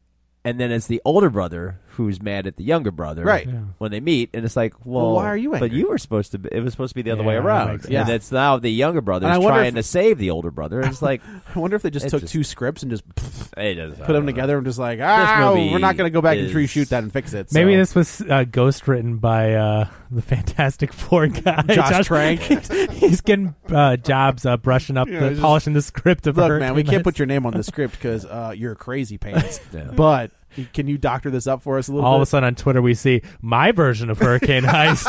D: and then it's the older brother who's mad at the younger brother,
B: Right.
C: Yeah.
D: When they meet, and it's like, well,
B: why are you
D: But
B: angry?
D: you were supposed to. Be, it was supposed to be the other
C: Yeah,
D: way
C: that
D: around.
C: makes
D: And
B: sense.
D: it's now the younger brother
B: And
D: is
B: I wonder
D: trying
B: if-
D: to save the older brother.
B: [laughs]
D: It's like
B: I wonder if they just
D: It
B: took
D: just-
B: two scripts and just
D: it doesn't
B: put
C: Uh,
B: them together and just like, ah,
D: movie
B: we're not going to go back
D: is-
B: and reshoot that and fix it. so.
C: Maybe this was uh, ghost written by uh, the Fantastic Four guy,
B: [laughs]
C: [laughs]
B: Josh Trank.
C: he's, he's getting uh, jobs uh, brushing up,
B: Yeah,
C: the,
B: just-
C: polishing the script of
B: Look,
C: Hurricane
B: man, we can't
C: Menace.
B: put your name on the script because uh, you're
C: [laughs]
B: crazy pants.
D: Yeah.
B: But can you doctor this up for us a little
C: All of a
B: bit?
C: sudden on Twitter, we see my version of Hurricane
B: [laughs]
C: Heist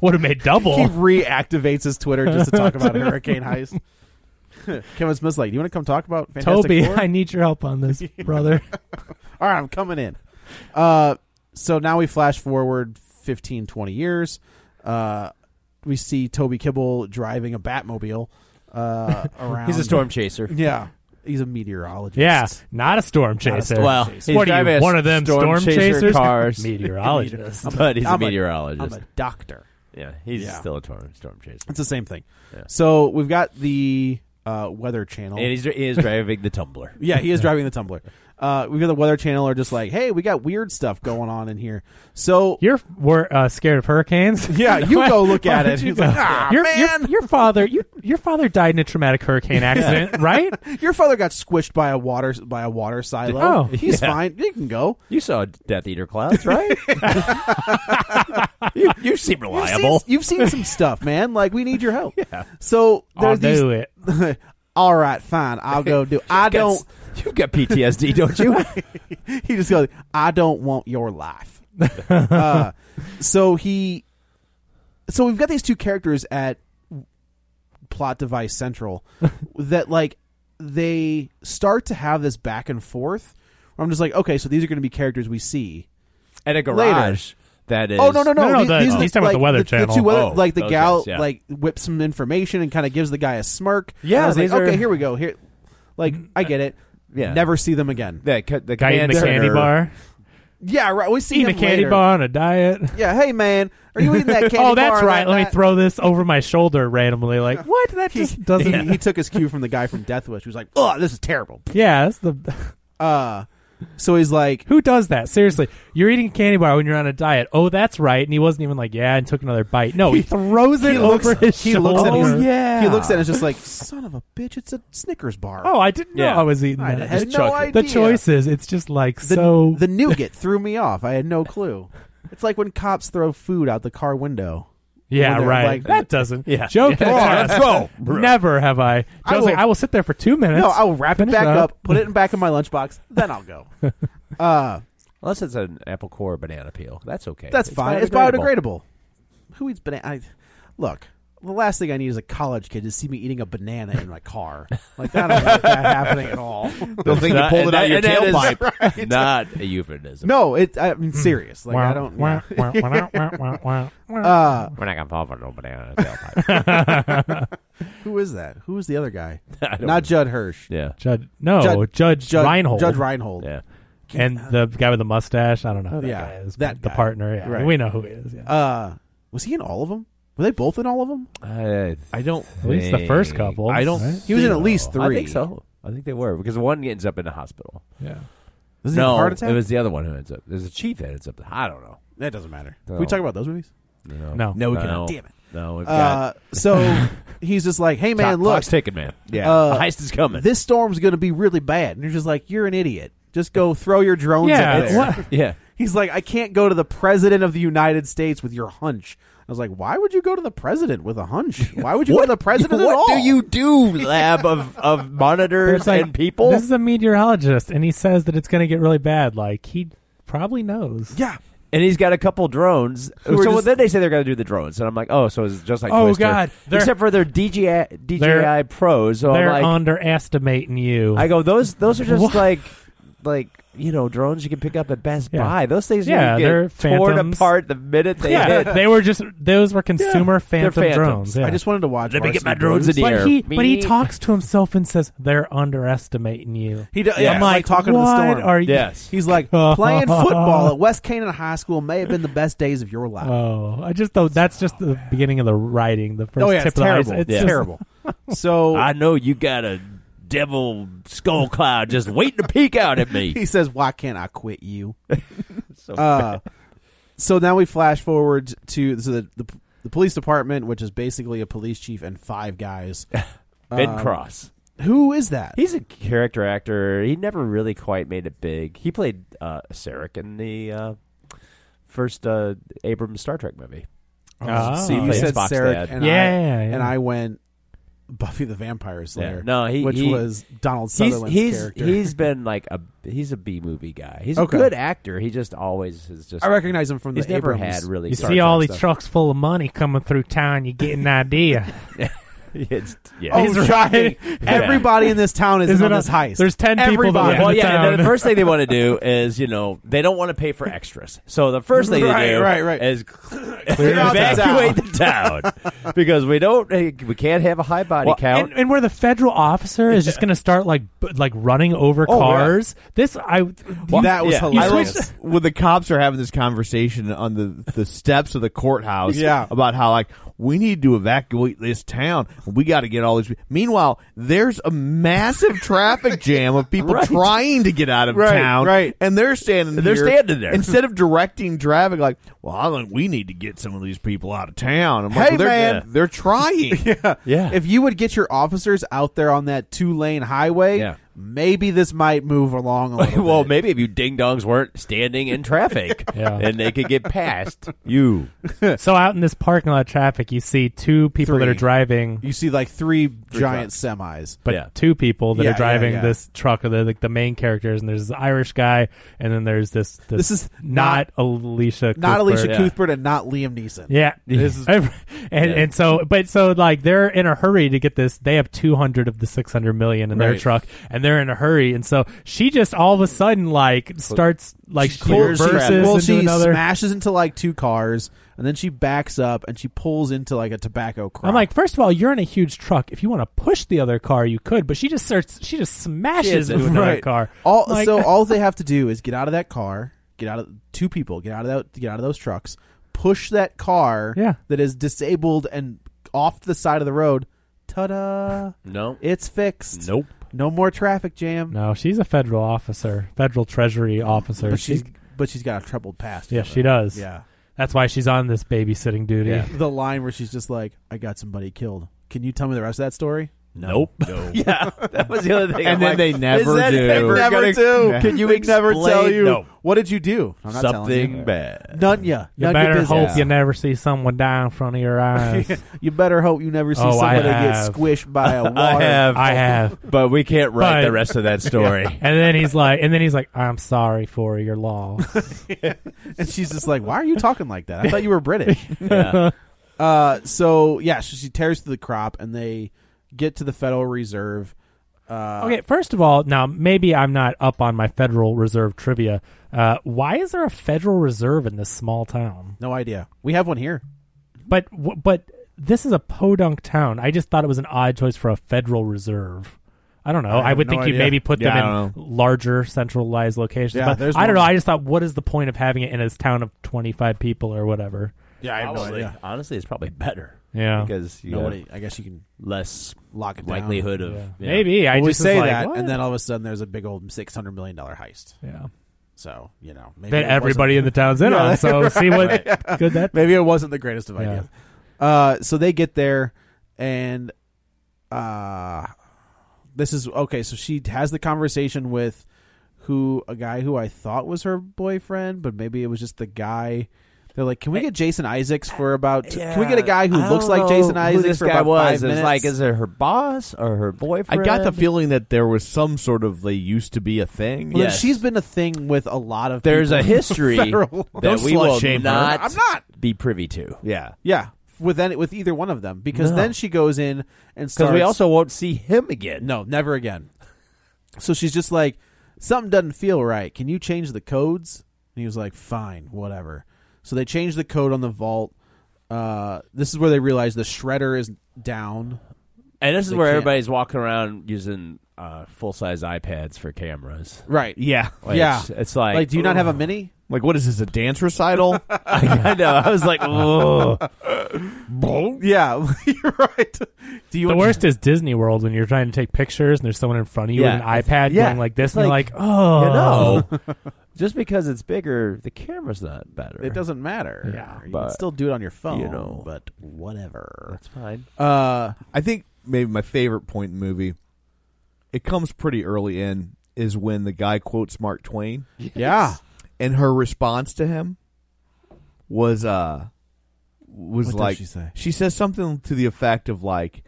C: [laughs] would have made [laughs]
B: he
C: double.
B: reactivates his Twitter just to
C: [laughs]
B: talk about Hurricane Heist. [laughs] Kevin Smith's like, "Do you want to come talk about Fantastic
C: Toby,
B: Four?
C: I need your help on
B: [laughs]
C: this, brother.
B: All right, I'm coming in." Uh, so now we flash forward 15, 20 years. Uh, we see Toby Kibble driving a Batmobile
C: [laughs]
B: uh, around.
D: He's a storm chaser.
B: Yeah, he's a meteorologist.
C: yeah, not a storm chaser.
D: well, he's
C: what are
D: driving
C: you,
D: a
C: one of them
D: storm chaser
C: chasers?
D: cars.
C: [laughs]
B: [laughs]
C: Meteorologist.
D: [laughs] but he's
B: I'm
D: a
B: a-
D: meteorologist.
B: I'm a doctor.
D: yeah, he's
B: Yeah.
D: still a storm, storm chaser,
B: It's the same thing.
D: Yeah.
B: So we've got the uh, Weather Channel.
D: and he's [laughs] he is driving the tumbler.
B: yeah, he is driving the tumbler. Uh, we've got the Weather Channel are just like, hey, we got weird stuff going on in here. So
C: You're were, uh, scared of hurricanes?
B: [laughs] yeah, you go look
C: Why
B: at
C: would
B: it.
C: you
B: He's
C: go-
B: like, ah,
C: your, your-
B: man,
C: your father, your, your father died in a traumatic hurricane accident,
B: [laughs]
C: right?
B: your father got squished by a water by a water silo.
C: Oh,
B: he's
D: yeah.
B: fine. You can go.
D: You saw Death Eater clouds, [laughs] right? you, you seem
B: You've seen-
D: reliable.
B: You've seen, some stuff, man. Like we need your [laughs] help. So there's
C: I'll
B: these.
C: do
B: [laughs]
C: it.
B: All right, fine. I'll go [laughs] do. I don't.
D: You've got PTSD, don't [laughs] you?
B: he just goes, "I don't want your life."
C: [laughs]
B: uh, so he, so we've got these two characters at plot device
C: [laughs]
B: central that like they start to have this back and forth. Where I'm just like, okay, so these are going to be characters we see.
D: At a garage that is.
B: oh no no no!
C: no, no,
B: these-
C: the- he's
B: these are
C: talking about
B: like,
C: the Weather
B: The
C: Channel.
B: two weather,
D: Oh,
B: like the
D: those
B: gal
D: guys, yeah.
B: like whips some information and kind of gives the guy a smirk.
D: Yeah,
B: And I was like,
D: these are-
B: okay, here we go. Here, like
C: Mm, uh,
B: I get it.
D: Yeah.
B: never see them again.
D: That co- the
C: Guy eating a
D: command
C: candy
D: center-
C: bar,
B: Yeah, right. We see
C: eating a
B: him
C: candy
B: later.
C: bar on a diet.
B: Yeah, hey man, are you
C: [laughs]
B: eating that candy
C: oh, that's
B: bar
C: right.
B: that
C: Let me
B: night? [laughs]
C: throw this over my shoulder randomly. Like what? That [laughs] just doesn't.
B: He, he took his cue from the guy from Death Wish. He was like, "Oh, this is terrible."
C: Yeah, that's the.
B: Uh, So he's like,
C: Who does that? Seriously, you're eating a candy bar when you're on a diet. Oh, that's right. And he wasn't even like, yeah, and took another bite. No, he throws it
B: he
C: over
B: looks,
C: his
B: he
C: shoulder.
B: looks at it, Oh, he's-
D: Oh, yeah.
B: he looks at it, it's just like, son of a bitch, it's a Snickers bar.
C: Oh, I didn't know
D: Yeah.
C: I was eating
B: I
C: that.
B: had
D: Just
B: no
D: chuck
B: idea.
D: it.
C: the choices, it's just like
B: The,
C: so.
B: the nougat threw me off. I had no clue. It's like when cops throw food out the car window.
C: yeah,
B: they're
C: right.
B: like-
C: that doesn't.
D: Yeah.
C: [laughs] Joke.
D: Yeah. All right, let's go.
C: [laughs] Never have I.
B: I
C: I was like,
B: will-
C: I will sit there for two minutes.
B: No, I'll wrap it
C: Finish
B: back
C: up.
B: up, put it in back
C: [laughs]
B: in my lunchbox, then I'll go. Uh,
D: Unless it's an apple core or banana peel, that's okay.
B: that's fine. It's biodegradable. Who eats banana? I, look, the last thing I need as a college kid is see me eating a banana in my car. Like I don't like that happening at
E: [laughs]
B: all.
D: Don't
E: think you pulled it out your
C: [laughs]
E: tailpipe.
D: Not a euphemism.
B: No, it.
D: Hmm.
B: I'm serious. Like I don't.
C: Wah, wah, wah, wah, wah, wah, wah.
B: [laughs] Uh,
D: We're not gonna pop a no banana in a tailpipe.
B: [laughs] who is that? Who is the other guy?
D: [laughs] I don't-
B: Not Judd Hirsch.
D: yeah,
C: Judge, no,
B: Judge-
C: Judge,
B: Judd
C: Reinhold,
B: Judge Reinhold. Oh,
D: yeah.
C: and the guy with the mustache. I don't know. Who that
B: yeah,
C: guy is,
B: that
C: the
B: guy.
C: partner. Yeah,
B: Right.
C: we know who he is. Yeah.
B: Uh, was he in all of them? Were they both in all of them?
D: I,
E: I don't.
C: at least the first
D: think-
C: couple.
D: I don't.
C: right?
B: He was in at least three.
D: I think so. I think they were because one ends up in the hospital.
C: Yeah.
B: Was he
D: no,
B: a heart attack?
D: it was the other one who ends up. There's a chief that ends up. I don't know.
B: that doesn't matter.
D: No.
B: we talk about those movies?
D: No,
C: No.
B: No, we cannot. Damn it.
D: No, we've got
B: Uh, so
D: [laughs]
B: he's just like, "Hey man,
D: Clock-
B: look,
D: clock's ticking, man.
B: Yeah. Uh,
D: the heist is coming.
B: this storm's going to be really bad. And you're just like, you're an idiot. Just go throw your drones
C: Yeah,
B: up there.
C: what-
D: [laughs] yeah,
B: [laughs] He's like, I can't go to the president of the United States with your hunch. I was like, why would you go to the president with
D: [laughs]
B: a hunch? Why would you go to the president
D: What
B: at all?
D: do you do, lab of
B: [laughs]
D: of monitors
C: It's like,
D: and people?
C: This is a meteorologist, and he says that it's going to get really bad. Like he probably knows.
B: Yeah.
D: and he's got a couple drones.
B: Who are
D: so
B: just-
D: then they say they're going to do the drones, and I'm like, oh, so it's just like
C: Oh,
D: Twister.
C: God. They're-
D: except for their DJI, DJI
C: They're-
D: Pros. So I'm
C: They're
D: like,
C: underestimating you.
D: I go those those are just
C: What?
D: like like you know drones you can pick up at Best
C: Yeah.
D: Buy. Those things
C: Yeah,
D: you
C: they're
D: can get torn
C: phantoms.
D: apart the minute they
C: [laughs] yeah,
D: hit.
C: they were just those were consumer
D: they're
C: phantom
D: phantoms.
C: drones. Yeah.
B: I just wanted to watch.
D: Let me get
B: Varsity
D: my drones in
B: Blues.
D: the
C: but
D: air.
C: he but he
D: Me.
C: talks to himself and says they're underestimating you.
B: He does,
D: Yeah.
B: I'm like, talking
C: what
B: to the storm.
C: Are you?
D: Yes. [laughs]
B: He's like, playing football at West Canaan High School may have been the best days of your life.
C: Oh, I just thought that's just the beginning of the writing. The first
B: oh, yeah,
C: tip
B: it's
C: of the
B: terrible.
C: ice-
B: It's
C: It's
D: [laughs]
C: just-
B: terrible. so
D: I know you got a devil skull cloud just waiting to peek out at me.
C: [laughs]
B: he says, why can't I quit you? Uh, so now we flash forward to so the, the the police department, which is basically a police chief and five
C: [laughs]
B: guys.
D: Ben Cross.
B: Who is that?
D: He's a character actor. He never really quite made it big. He played uh, Sarek in the uh, first uh, Abrams Star Trek movie.
C: Oh.
D: See,
C: you
D: plays
B: said
D: Spock's
B: Sarek,
D: Ah, dad.
B: and I,
C: Yeah, yeah, yeah.
B: and I went Buffy the Vampire Slayer.
D: Yeah. No, he-
B: which
D: he-
B: was Donald
D: He's
B: Sutherland's
D: he's,
B: character.
D: [laughs] he's been like a he's a B movie guy. He's
B: Okay.
D: a good actor. He just always is just
B: I recognize him from the
D: he's never
B: Abrams.
D: had really.
C: You
D: good-
C: see all these
B: stuff.
C: trucks full of money coming through town, you get an idea.
D: [laughs] It's, yeah.
B: Oh,
C: He's right.
B: shocking. Everybody in this town is,
C: Is it
B: in on
C: a-
B: this heist.
C: there's 10 people that
B: Everybody.
C: are in
D: Well,
C: the
D: yeah. and then the
C: town.
D: first thing they want to do is, you know, they don't want to pay for extras. So the first thing
B: Right,
D: they do
B: right, right.
D: is
B: out the
D: evacuate the town [laughs] because we don't, eh, we can't have a high body
C: Well,
D: count.
C: And, and where the federal officer is just going to start like b- like running over
D: Oh, yeah.
C: cars. This I
B: that was
D: yeah. I
E: I like
B: hilarious.
E: when the cops are having this conversation on the, the steps of the courthouse
B: Yeah.
E: about how like we need to evacuate this town we got to get all these pe-" meanwhile there's a massive
B: [laughs]
E: traffic jam of people
D: Right.
E: trying to get out of
B: Right,
E: town
B: right.
E: and they're standing
D: And they're
E: here.
D: standing there.
B: [laughs]
E: instead of directing traffic like well I think we need to get some of these people out of town I'm like,
B: Hey,
E: "Well, they're,
B: man."
E: they're
B: [laughs]
E: trying
D: yeah.
B: If you would get your officers out there on that two lane highway,
D: Yeah.
B: maybe this might move along a
E: [laughs]
D: [laughs]
B: little
D: well,
B: bit.
D: maybe if you ding dongs weren't standing in [laughs] traffic
C: Yeah.
D: and they could get past you.
C: [laughs] so out in this parking lot traffic, you see two people that
B: Three.
C: are driving,
B: You see like three, giant semis.
C: but
D: Yeah.
C: two people that
B: Yeah, yeah,
C: are driving
B: yeah.
C: this truck. Or the like the main characters, and there's this Irish guy, and then there's this. This,
B: This is
C: not, Alicia.
B: Not
C: Cuthbert.
B: Alicia
D: yeah.
B: Cuthbert and not Liam Neeson.
C: Yeah,
B: [laughs]
C: this is, [laughs] and and so but so like they're in a hurry to get this. They have two hundred of the six hundred million in their
B: Right.
C: truck, and they're in a hurry. And so she just all of a sudden like starts like she
B: Pulls- she,
C: reverses
B: well,
C: into
B: she
C: another.
B: smashes into like two cars, and then she backs up and she pulls into like a tobacco crop.
C: I'm like, first of all, you're in a huge truck. If you want to push the other car, you could, but she just starts. She just smashes [laughs]
D: She
C: into
D: is
C: another
D: right.
C: car.
B: all
C: Like- [laughs]
B: so all they have to do is get out of that car, get out of two people, get out of that, get out of those trucks, push that car
C: Yeah.
B: that is disabled and off the side of the road. Ta da!
D: No.
B: It's fixed.
D: Nope.
B: No more traffic jam.
C: No, she's a federal officer, federal treasury officer.
B: But she's
C: She-
B: but she's got a troubled past.
C: yeah,
B: with
C: she
B: her.
C: does.
B: Yeah.
C: That's why she's on this babysitting duty.
B: The line where she's just like, "I got somebody killed." Can you tell me the rest of that story?
D: Nope. [laughs]
E: yeah, that was the other thing.
D: And
E: I'm
D: then [laughs]
E: like,
D: they never
E: is that
D: do.
E: ever
D: Never [laughs]
E: gonna-
D: do.
E: Can you
B: They never tell
E: explain-
B: you
E: No.
B: what did you do? I'm not telling
D: Something
B: you.
D: bad.
B: None ya.
C: You
B: None ya
C: better hope
B: business.
C: you never see someone die in front
B: [laughs]
C: of your eyes.
B: you better hope you never see
C: Oh, I
B: somebody get
C: have.
B: squished
D: [laughs]
B: by a water.
D: I have.
C: I have.
D: But we can't write
C: But-
D: the rest of that [laughs] story.
C: And then he's like, and then he's like, I'm sorry for your
B: [laughs]
C: loss.
B: And she's just like, "Why are you talking like that? I thought you were British."
D: [laughs] Yeah.
B: Uh, so yeah, so she tears through the crop, and they get to the Federal Reserve. Uh,
C: okay, first of all, now maybe I'm not up on my Federal Reserve trivia. Uh, why is there a Federal Reserve in this small town?
B: no idea. We have one here.
C: But wh- but this is a podunk town. I just thought it was an odd choice for a Federal Reserve. I don't know.
B: I
C: I,
B: have
C: would
B: no
C: think you
B: idea.
C: maybe put
D: Yeah, I
C: them in larger centralized locations.
B: Yeah,
C: but
B: there's
C: I don't
B: one-
C: know. I just thought, what is the point of having it in a town of 25 people or whatever?
B: Yeah, I have
D: honestly, honestly, it's probably better
C: Yeah.
D: because you
B: Nobody.
D: know,
B: I guess you can
D: less
B: lock it down.
D: likelihood of
C: Yeah.
D: yeah.
C: Maybe I
B: Well, we
C: just was
B: say
C: like,
B: that,
C: what?
B: and then all of a sudden, there's a big old six hundred million dollar heist.
C: yeah.
B: So you know, maybe
C: that
B: it
C: everybody in
B: [laughs] wasn't-
C: the town's in
B: Yeah,
C: on. So see what good that.
B: maybe it wasn't the greatest of
C: Yeah.
B: ideas. Uh, so they get there, and uh, this is okay. So she has the conversation with who a guy who I thought was her boyfriend, but maybe it was just the guy. They're like, can we get Jason Isaacs for about? t- Can we get a guy who
D: I
B: looks
D: don't
B: like
D: know
B: Jason
D: who
B: Isaacs
D: this
B: for
D: guy
B: about
D: was.
B: five minutes?
D: It's like, is it her boss or her
E: I
D: boyfriend?
E: got the feeling that there was some sort of they used to be a thing.
B: Well, then
D: yes.
B: she's been a thing with a lot of.
D: There's
B: people
D: a
B: in
D: history
B: [laughs] federal-
D: that
E: Don't
D: we
E: slut
D: will
E: shame her.
D: not.
E: I'm not.
D: be privy to.
E: Yeah,
B: yeah, with any, with either one of them, because
D: No.
B: then she goes in and starts.
D: Because we also won't see him again.
B: No, never again. So she's just like, something doesn't feel right. Can you change the codes? And he was like, fine, whatever. So they changed the code on the vault. Uh, this is where they realize the shredder is down.
D: And this is
B: They
D: where
B: can't.
D: everybody's walking around using uh, full size iPads for cameras.
B: Right.
E: yeah.
D: Like,
B: Yeah.
D: It's, it's like,
B: Like, do you not have a mini?
E: Like, what is this? A dance recital?
D: [laughs] I know. I was like, oh,
B: [laughs] Yeah, [laughs] you're right. Do [laughs] you?
C: The
B: want-
C: worst is Disney World when you're trying to take pictures and there's someone in front of you
D: Yeah.
C: with an iPad
D: Yeah.
C: going like this,
D: It's
C: and
D: like,
C: you're like, oh,
D: you know,
C: [laughs]
D: [laughs] just because it's bigger, the camera's not better.
B: It doesn't matter.
C: Yeah,
B: you can
D: but,
B: still do it on your phone.
D: you know.
B: but whatever.
D: [laughs] That's fine.
B: Uh,
E: I think maybe my favorite point in the movie, it comes pretty early in, is when the guy quotes Mark Twain,
B: yeah.
E: and her response to him was uh was
B: What does
E: like
B: she say?
E: says something to the effect of like,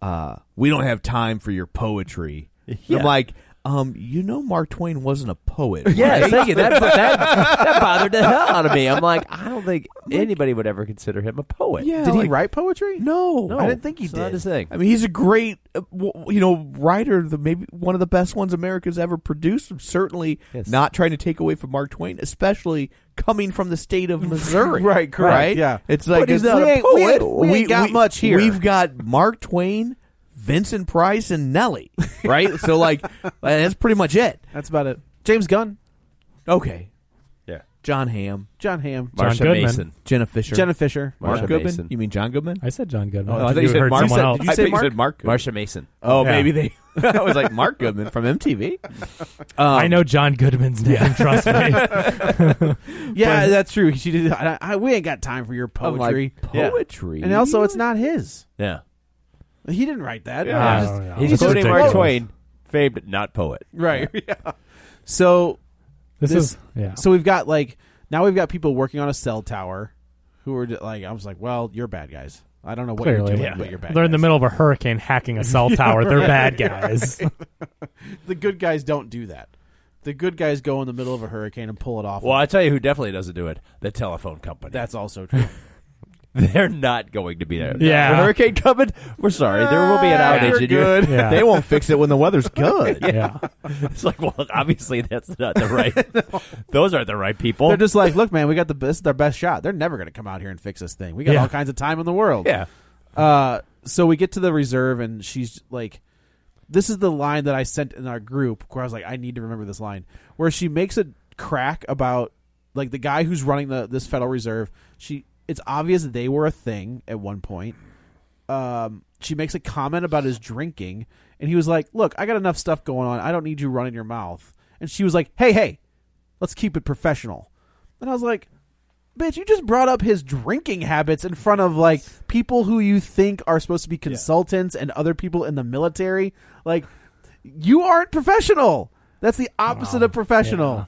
E: uh, "We don't have time for your poetry."
B: [laughs]
E: And
D: Yeah.
E: I'm like, um, you know, Mark Twain wasn't
B: [laughs]
E: a poet.
C: [laughs]
D: Yeah, thank you. That, that, that bothered the hell out of me. I'm like, I don't think anybody would ever consider him a poet.
E: Yeah,
B: Did he
E: like-
B: write poetry?
E: No,
D: No,
E: I didn't think he
D: it's
E: did.
D: not his thing.
E: I mean, he's a great, uh, w- you know, writer. The maybe one of the best ones America's ever produced. Certainly
D: Yes.
E: not trying to take away from Mark Twain, especially coming from the state of Missouri.
B: [laughs] Right, correct, yeah.
E: it's like
B: But he's
E: it's
B: not
E: we
B: a
E: ain't- we
B: poet.
E: ain't-
B: We ain't got much here.
E: We've got Mark Twain, Vincent Price,
B: [laughs]
E: and Nellie. Right, so like that's pretty much it.
B: That's about it. James Gunn,
E: Okay,
D: Yeah.
E: John Hamm,
B: John Hamm,
C: John
D: Marsha
C: Goodman.
D: Mason.
E: Jenna Fisher,
B: Jenna Fisher.
E: Mark
D: Marsha
E: Goodman.
D: Mason.
E: You mean John Goodman?
C: I said John Goodman.
E: Oh, I thought you
C: heard
E: said Mark.
C: someone
E: Said-
C: else.
E: did you say
D: I think
E: Mark?
D: said Mark Marsha Mason.
E: Oh,
C: Yeah. [laughs]
E: maybe they. I was like Mark Goodman from
B: [laughs]
E: MTV.
B: Um,
C: I know John Goodman's name. Trust me.
B: Yeah, that's true. She did. I, I, we ain't got time for your
E: I'm like,
B: poetry.
E: poetry,
B: And also, it's not his.
D: Yeah.
B: He didn't write that.
C: I
B: Just-
C: don't know.
D: He's
C: It's
D: quoting Mark
C: ridiculous.
D: Twain, famed not poet.
B: Right. Yeah. [laughs] So,
C: [laughs] This,
B: This-
C: is yeah.
B: so we've got like now we've got people working on a cell tower, who are just, like I was like, well, you're bad guys. I don't know what
C: Clearly,
B: you're doing,
C: yeah.
B: but you're bad.
C: They're in the
B: guys.
C: middle of a hurricane hacking a cell tower.
B: [laughs]
C: They're bad guys.
B: The good guys don't do that. The good guys go in the middle of a hurricane and pull it off.
D: Well, I tell you who definitely doesn't do it: the telephone company.
B: That's also
E: [laughs]
B: true.
D: [laughs] They're not going to be there.
C: Yeah.
D: The hurricane coming. We're sorry. There will be an
B: Ah,
D: outage.
B: you're
D: and you're-
E: [laughs]
C: Yeah.
E: They won't fix it when the weather's good.
C: [laughs] yeah.
D: [laughs] It's like, well, obviously that's not the
C: [laughs]
D: right. Those aren't the right people.
B: They're just like, look, man, we got the best, our best shot. They're never going to come out here and fix this thing. We got
C: Yeah.
B: all kinds of time in the world.
D: yeah.
B: Uh, so we get to the reserve, and she's like, "This is the line that I sent in our group." Where I was like, "I need to remember this line," where she makes a crack about like the guy who's running the this Federal Reserve. She, it's obvious they were a thing at one point. um, she makes a comment about his drinking, and he was like, "Look, I got enough stuff going on. I don't need you running your mouth." And she was like, "Hey, hey, let's keep it professional." And I was like, "Bitch, you just brought up his drinking habits in front of like people who you think are supposed to be consultants and other people in the military. Like, you aren't professional. That's the opposite of professional."
C: Oh, Yeah.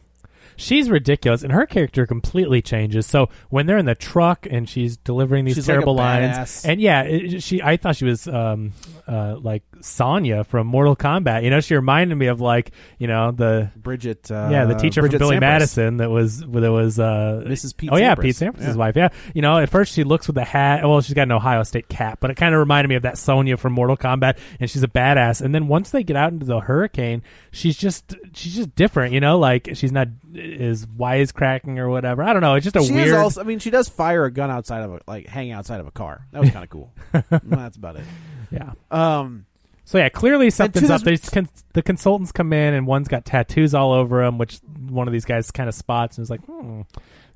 C: She's ridiculous, and her character completely changes. So when they're in the truck and she's delivering these
B: She's like a
C: terrible lines,
B: badass.
C: and yeah, it, she I thought she was um, uh, like Sonya from Mortal Kombat. You know, she reminded me of like you know the
B: Bridget, uh,
C: yeah the teacher
B: Bridget
C: from Billy
B: Sampras.
C: Madison that was that was uh,
B: Mrs. Pete
C: Oh yeah,
B: Sampras.
C: Pete Sampras's
B: Yeah.
C: wife. Yeah, you know, at first she looks with the hat. Well, she's got an Ohio State cap, but it kind of reminded me of that Sonya from Mortal Kombat, and she's a badass. And then once they get out into the hurricane, she's just she's just different. You know, like she's not is wisecracking or whatever. I don't know. It's just a
B: she is
C: weird.
B: also. I mean, she does fire a gun outside of a like hang outside of a car. That was kind of
E: [laughs]
B: cool. Well, that's about it.
C: yeah.
B: Um,
C: So yeah, clearly something's
B: to
C: up.
B: this-
C: There's con- the consultants come in, and one's got tattoos all over him, which one of these guys kind of spots and is like, hmm.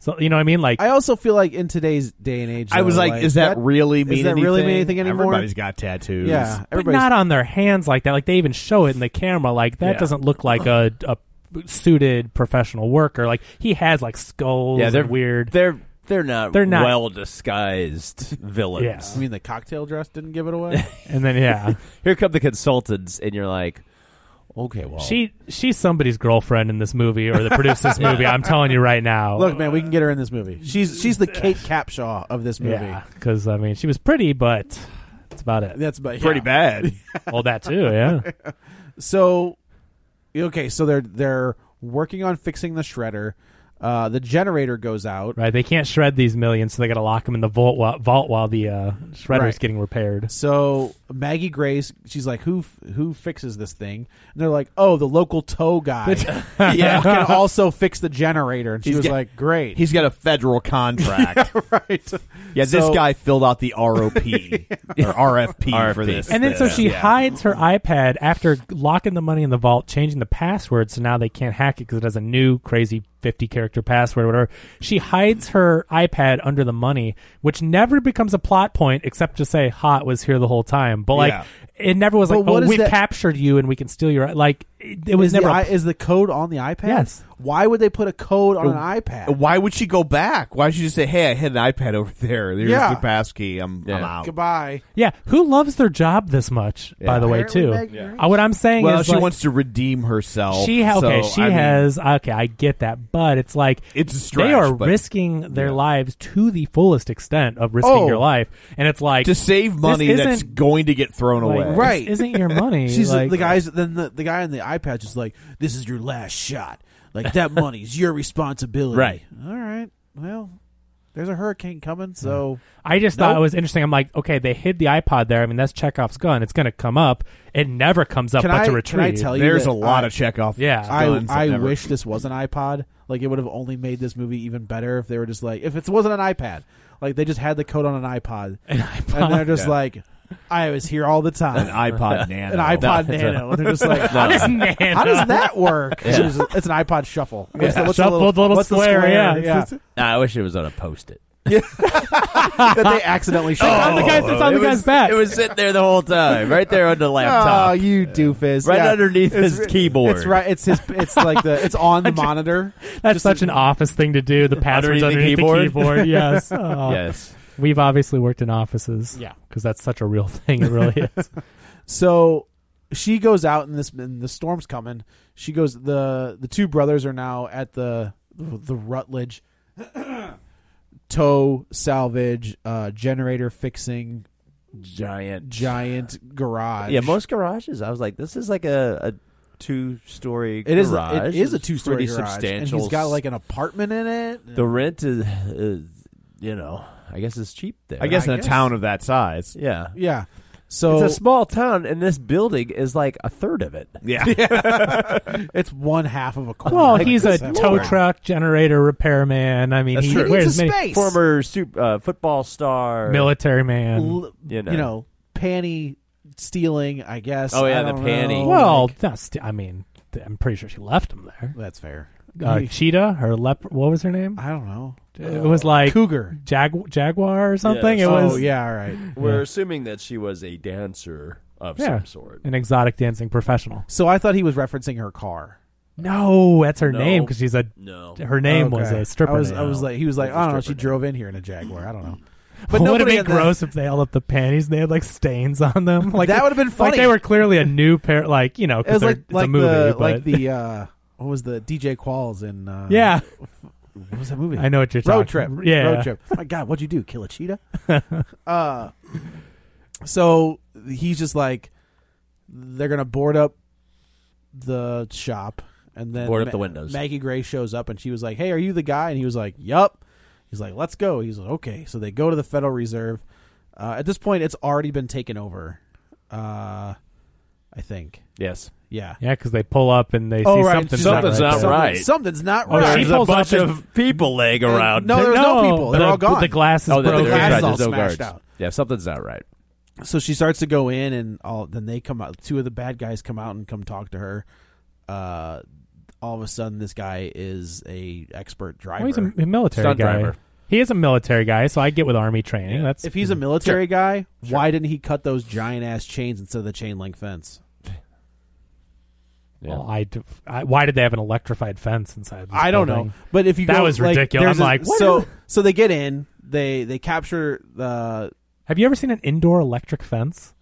C: so you know what I mean? Like,
B: I also feel like in today's day and age,
E: I was
B: though,
E: like, is that, really
B: Does
E: mean
B: that really mean anything
E: anything
B: anymore?
E: Everybody's got tattoos.
B: yeah,
C: but
B: Uh, everybody's
C: not on their hands like that. Like they even show it in the camera. Like that
E: Yeah.
C: doesn't look like a, a suited professional worker. Like he has like skulls.
D: Yeah, they're-
C: and weird.
D: They're they're not
C: They're not-
D: well disguised
C: [laughs]
D: villains.
C: Yeah.
B: [laughs] I mean, the cocktail dress didn't give it
E: [laughs]
B: away.
C: and then
B: [laughs]
C: yeah,
D: Here come the consultants, and you're like, okay,
B: Oh.
D: well,
C: she she's somebody's girlfriend in this movie or that produced
B: [laughs]
C: this movie. I'm telling you right now.
B: Look, man, we can get her in this movie. She's she's the
E: [laughs]
B: Kate Capshaw of this movie.
C: yeah, because I mean she was pretty, but that's about it.
B: That's about, yeah.
E: pretty
D: [laughs]
E: bad.
C: Well, that too.
B: [laughs]
C: Yeah.
B: So, okay, so they're they're working on fixing the shredder. Uh, the generator goes out.
C: Right, they can't shred these millions, so they got to lock them in the vault while, vault while the uh, shredder's
B: Right.
C: getting repaired.
B: So Maggie Grace, she's like, "Who f- who fixes this thing?" And they're like, "Oh, the local tow guy. [laughs] yeah, can also fix the generator." And she
E: He's
B: was
E: get-
B: like, "Great,
E: He's got a
C: [laughs]
E: federal contract.
B: right."
E: yeah,
B: So-
E: this guy filled out the ROP
C: [laughs]
E: or RFP, for
D: RFP.
E: this.
C: And then so
E: thing.
C: she hides her iPad after locking the money in the vault, changing the password, so now they can't hack it because it has a new crazy 50 character password or whatever. She hides her iPad under the money, which never becomes a plot point except to say, Ha, it was here the whole time. But like,
E: Yeah.
C: it never was
B: But
C: like,
B: what
C: Oh,
B: is
C: we
B: that-
C: captured you and we can steal your. i-" Like, it, it was
B: is
C: never.
B: the,
C: a
B: i- is the code on the iPad?
C: Yes.
B: Why would they put a code on an iPad?
E: Why would she go back? Why would she just say, "Hey, I had an iPad over there. There's
B: Yeah.
E: the passkey. I'm, I'm
D: Yeah.
E: out."
B: Goodbye.
C: yeah, who loves their job this much, by the way,
B: Apparently
C: too?
B: Meg Grace.
C: Uh, what I'm saying
E: Well,
C: is.
E: she
C: like,
E: wants to redeem herself.
C: She ha- okay.
E: so,
C: she
E: I mean,
C: has okay. I get that, but it's like
E: It's a stretch,
C: they are
E: but-
C: risking their lives to the fullest extent of risking
B: Oh.
C: your life, and it's like
E: to save money that's
C: isn't-
E: going to get thrown
C: like,
E: away.
C: this
B: Right.
C: isn't
B: [laughs]
C: your money.
B: She's
C: like,
B: the guys. Then the, the guy on the iPad is like, "This is your last shot. Like that money's your responsibility."
D: Right.
B: All right. Well, there's a hurricane coming, so
C: I just thought
B: Nope.
C: it was interesting. I'm like, okay, they hid the iPod there. I mean, that's Chekhov's gun. It's going to come up. It never comes up,
B: Can
C: but
B: I-
C: to
B: can I
C: retrieve.
B: tell you-
E: There's
B: that
E: a lot
B: I-
E: of Chekhov.
C: Yeah.
B: I
E: guns that
B: I
E: never-
C: [laughs]
B: wish this was an iPod. Like it would have only made this movie even better if they were just like if it wasn't an iPad. Like they just had the code on an iPod, and they're just like, "I was here all the
E: an
B: time." [laughs]
E: iPod Nano.
B: An iPod
D: No.
B: Nano, and they're just like,
C: [laughs] How does Nano-
B: How does that work? It's, just- it's an iPod shuffle. What's the- what's the
C: Shuffled little
B: what's the
C: square, yeah. It's-
B: [laughs]
D: Nah, I wish it was on a post it.
B: that they accidentally shuffled.
C: on the guy's-
E: Oh,
C: it's on the guy's back.
D: It was sitting there the whole time, right there on the
B: [laughs] Oh,
D: laptop,
B: you doofus!
D: right
B: Yeah.
D: underneath his keyboard.
B: It's right. It's his. It's like the. It's on the monitor.
C: That's such an office thing to do. The passwords
D: Underneath
C: underneath,
D: the
C: the
D: keyboard?
C: keyboard. yes. Oh.
D: Yes.
C: We've obviously worked in offices.
B: Yeah.
C: Because that's such a real thing. It really is.
B: So she goes out, and this and the storm's coming. She goes. the The two brothers are now at the the Rutledge [clears throat] tow salvage uh, generator fixing
D: Giant.
B: giant garage.
D: Yeah, most garages. I was like, this is like a, a two story.
B: It is.
D: Garage.
B: It is a
D: It's
B: two story
D: pretty
B: garage,
D: substantial.
B: and he's got like an apartment in it.
D: the rent is, is, you know, I guess it's cheap there.
E: I guess
B: I
E: in a
B: guess.
E: town of that size.
D: Yeah.
B: Yeah. So [laughs]
D: it's a small town, and this building is like a third of it. [laughs]
E: Yeah.
B: It's one half of a corner.
C: Well,
B: Like,
C: he's a
B: that's-
C: tow truck generator repairman. I mean,
E: That's
C: he
E: true. He
C: wears
B: needs a
C: many-
B: space.
D: Former super, uh, football star.
C: military man.
B: L-
D: you know.
B: you know, panty stealing. I guess.
D: Oh, yeah,
B: I
D: the
B: don't
D: panty.
B: know.
C: well, that's, I mean, th- I'm pretty sure she left him there.
B: that's fair.
C: uh, cheetah or leopard. What was her name?
B: I don't know.
C: It was like
B: Cougar.
C: jag- jaguar or something.
D: Yes.
C: It was
B: oh yeah, all right.
D: We're assuming that she was a dancer of
C: yeah,
D: some sort.
C: an exotic dancing professional.
B: So I thought he was referencing her car.
C: No, that's her
D: No.
C: name because she's a.
D: No.
C: Her name was
B: Okay.
C: a stripper.
B: I was,
C: name.
B: I was like, he was like,
D: It was a
B: I don't know. She
D: stripper
B: drove in here in a Jaguar. I don't
C: [laughs]
B: know.
C: But would have
B: nobody
C: been
B: in the- [laughs]
C: gross if they held up the panties and they had like stains on them. Like
B: That would've been
C: Like
B: funny.
C: they were clearly a new pair. Like you know,
B: It was
C: because
B: like
C: it's
B: like
C: a movie.
B: the
C: but
B: like the uh, what was the DJ Qualls in uh,
C: yeah,
B: what was that movie?
C: I know what you're
B: um, Road trip.
C: talking. Yeah,
B: Road trip. My God, what'd you do? Kill
C: [laughs]
B: a cheetah? uh, so he's just like, they're going to board up the shop. And then
D: Board up the windows.
B: Maggie Gray shows up and she was like, hey, are you the guy? And he was like, yup. He's like, let's go. He's like, okay. So they go to the Federal Reserve. Uh, at this point, it's already been taken over. Uh, I think.
D: Yes.
B: Yeah. Oh,
C: Yeah, because they pull up and they see something's,
D: Something's
C: not
D: not
C: right.
D: right.
B: Something's not
C: Oh,
B: right.
C: she
D: There's a
C: pulls up
D: bunch
C: and-
D: of people laying around.
B: no, there was no, people. They're
C: the,
B: all gone.
C: The glasses
D: oh,
C: broke.
D: they're,
B: broken.
D: they're
B: Glass
D: right.
B: is all
D: There's no
B: smashed
D: guards.
B: out.
D: Yeah, something's not right.
B: so she starts to go in and all then they come out two of the bad guys come out and come talk to her uh all of a sudden this guy is a expert driver
C: Oh, he's a, a military
D: Stunt
C: guy.
D: driver.
C: He is a military guy, so I get with army training. That's
B: if he's a military guy why didn't he cut those giant ass chains instead of the chain link fence
D: Yeah.
C: Well, I, do- I- why did they have an electrified fence inside? This
B: i don't
C: building?
B: know but if you
C: That
B: go,
C: was
B: like,
C: ridiculous.
B: there's
C: I'm
B: a-
C: like, what
B: so
C: is-
B: so they get in they they capture uh, the
C: Have you ever seen an indoor electric fence?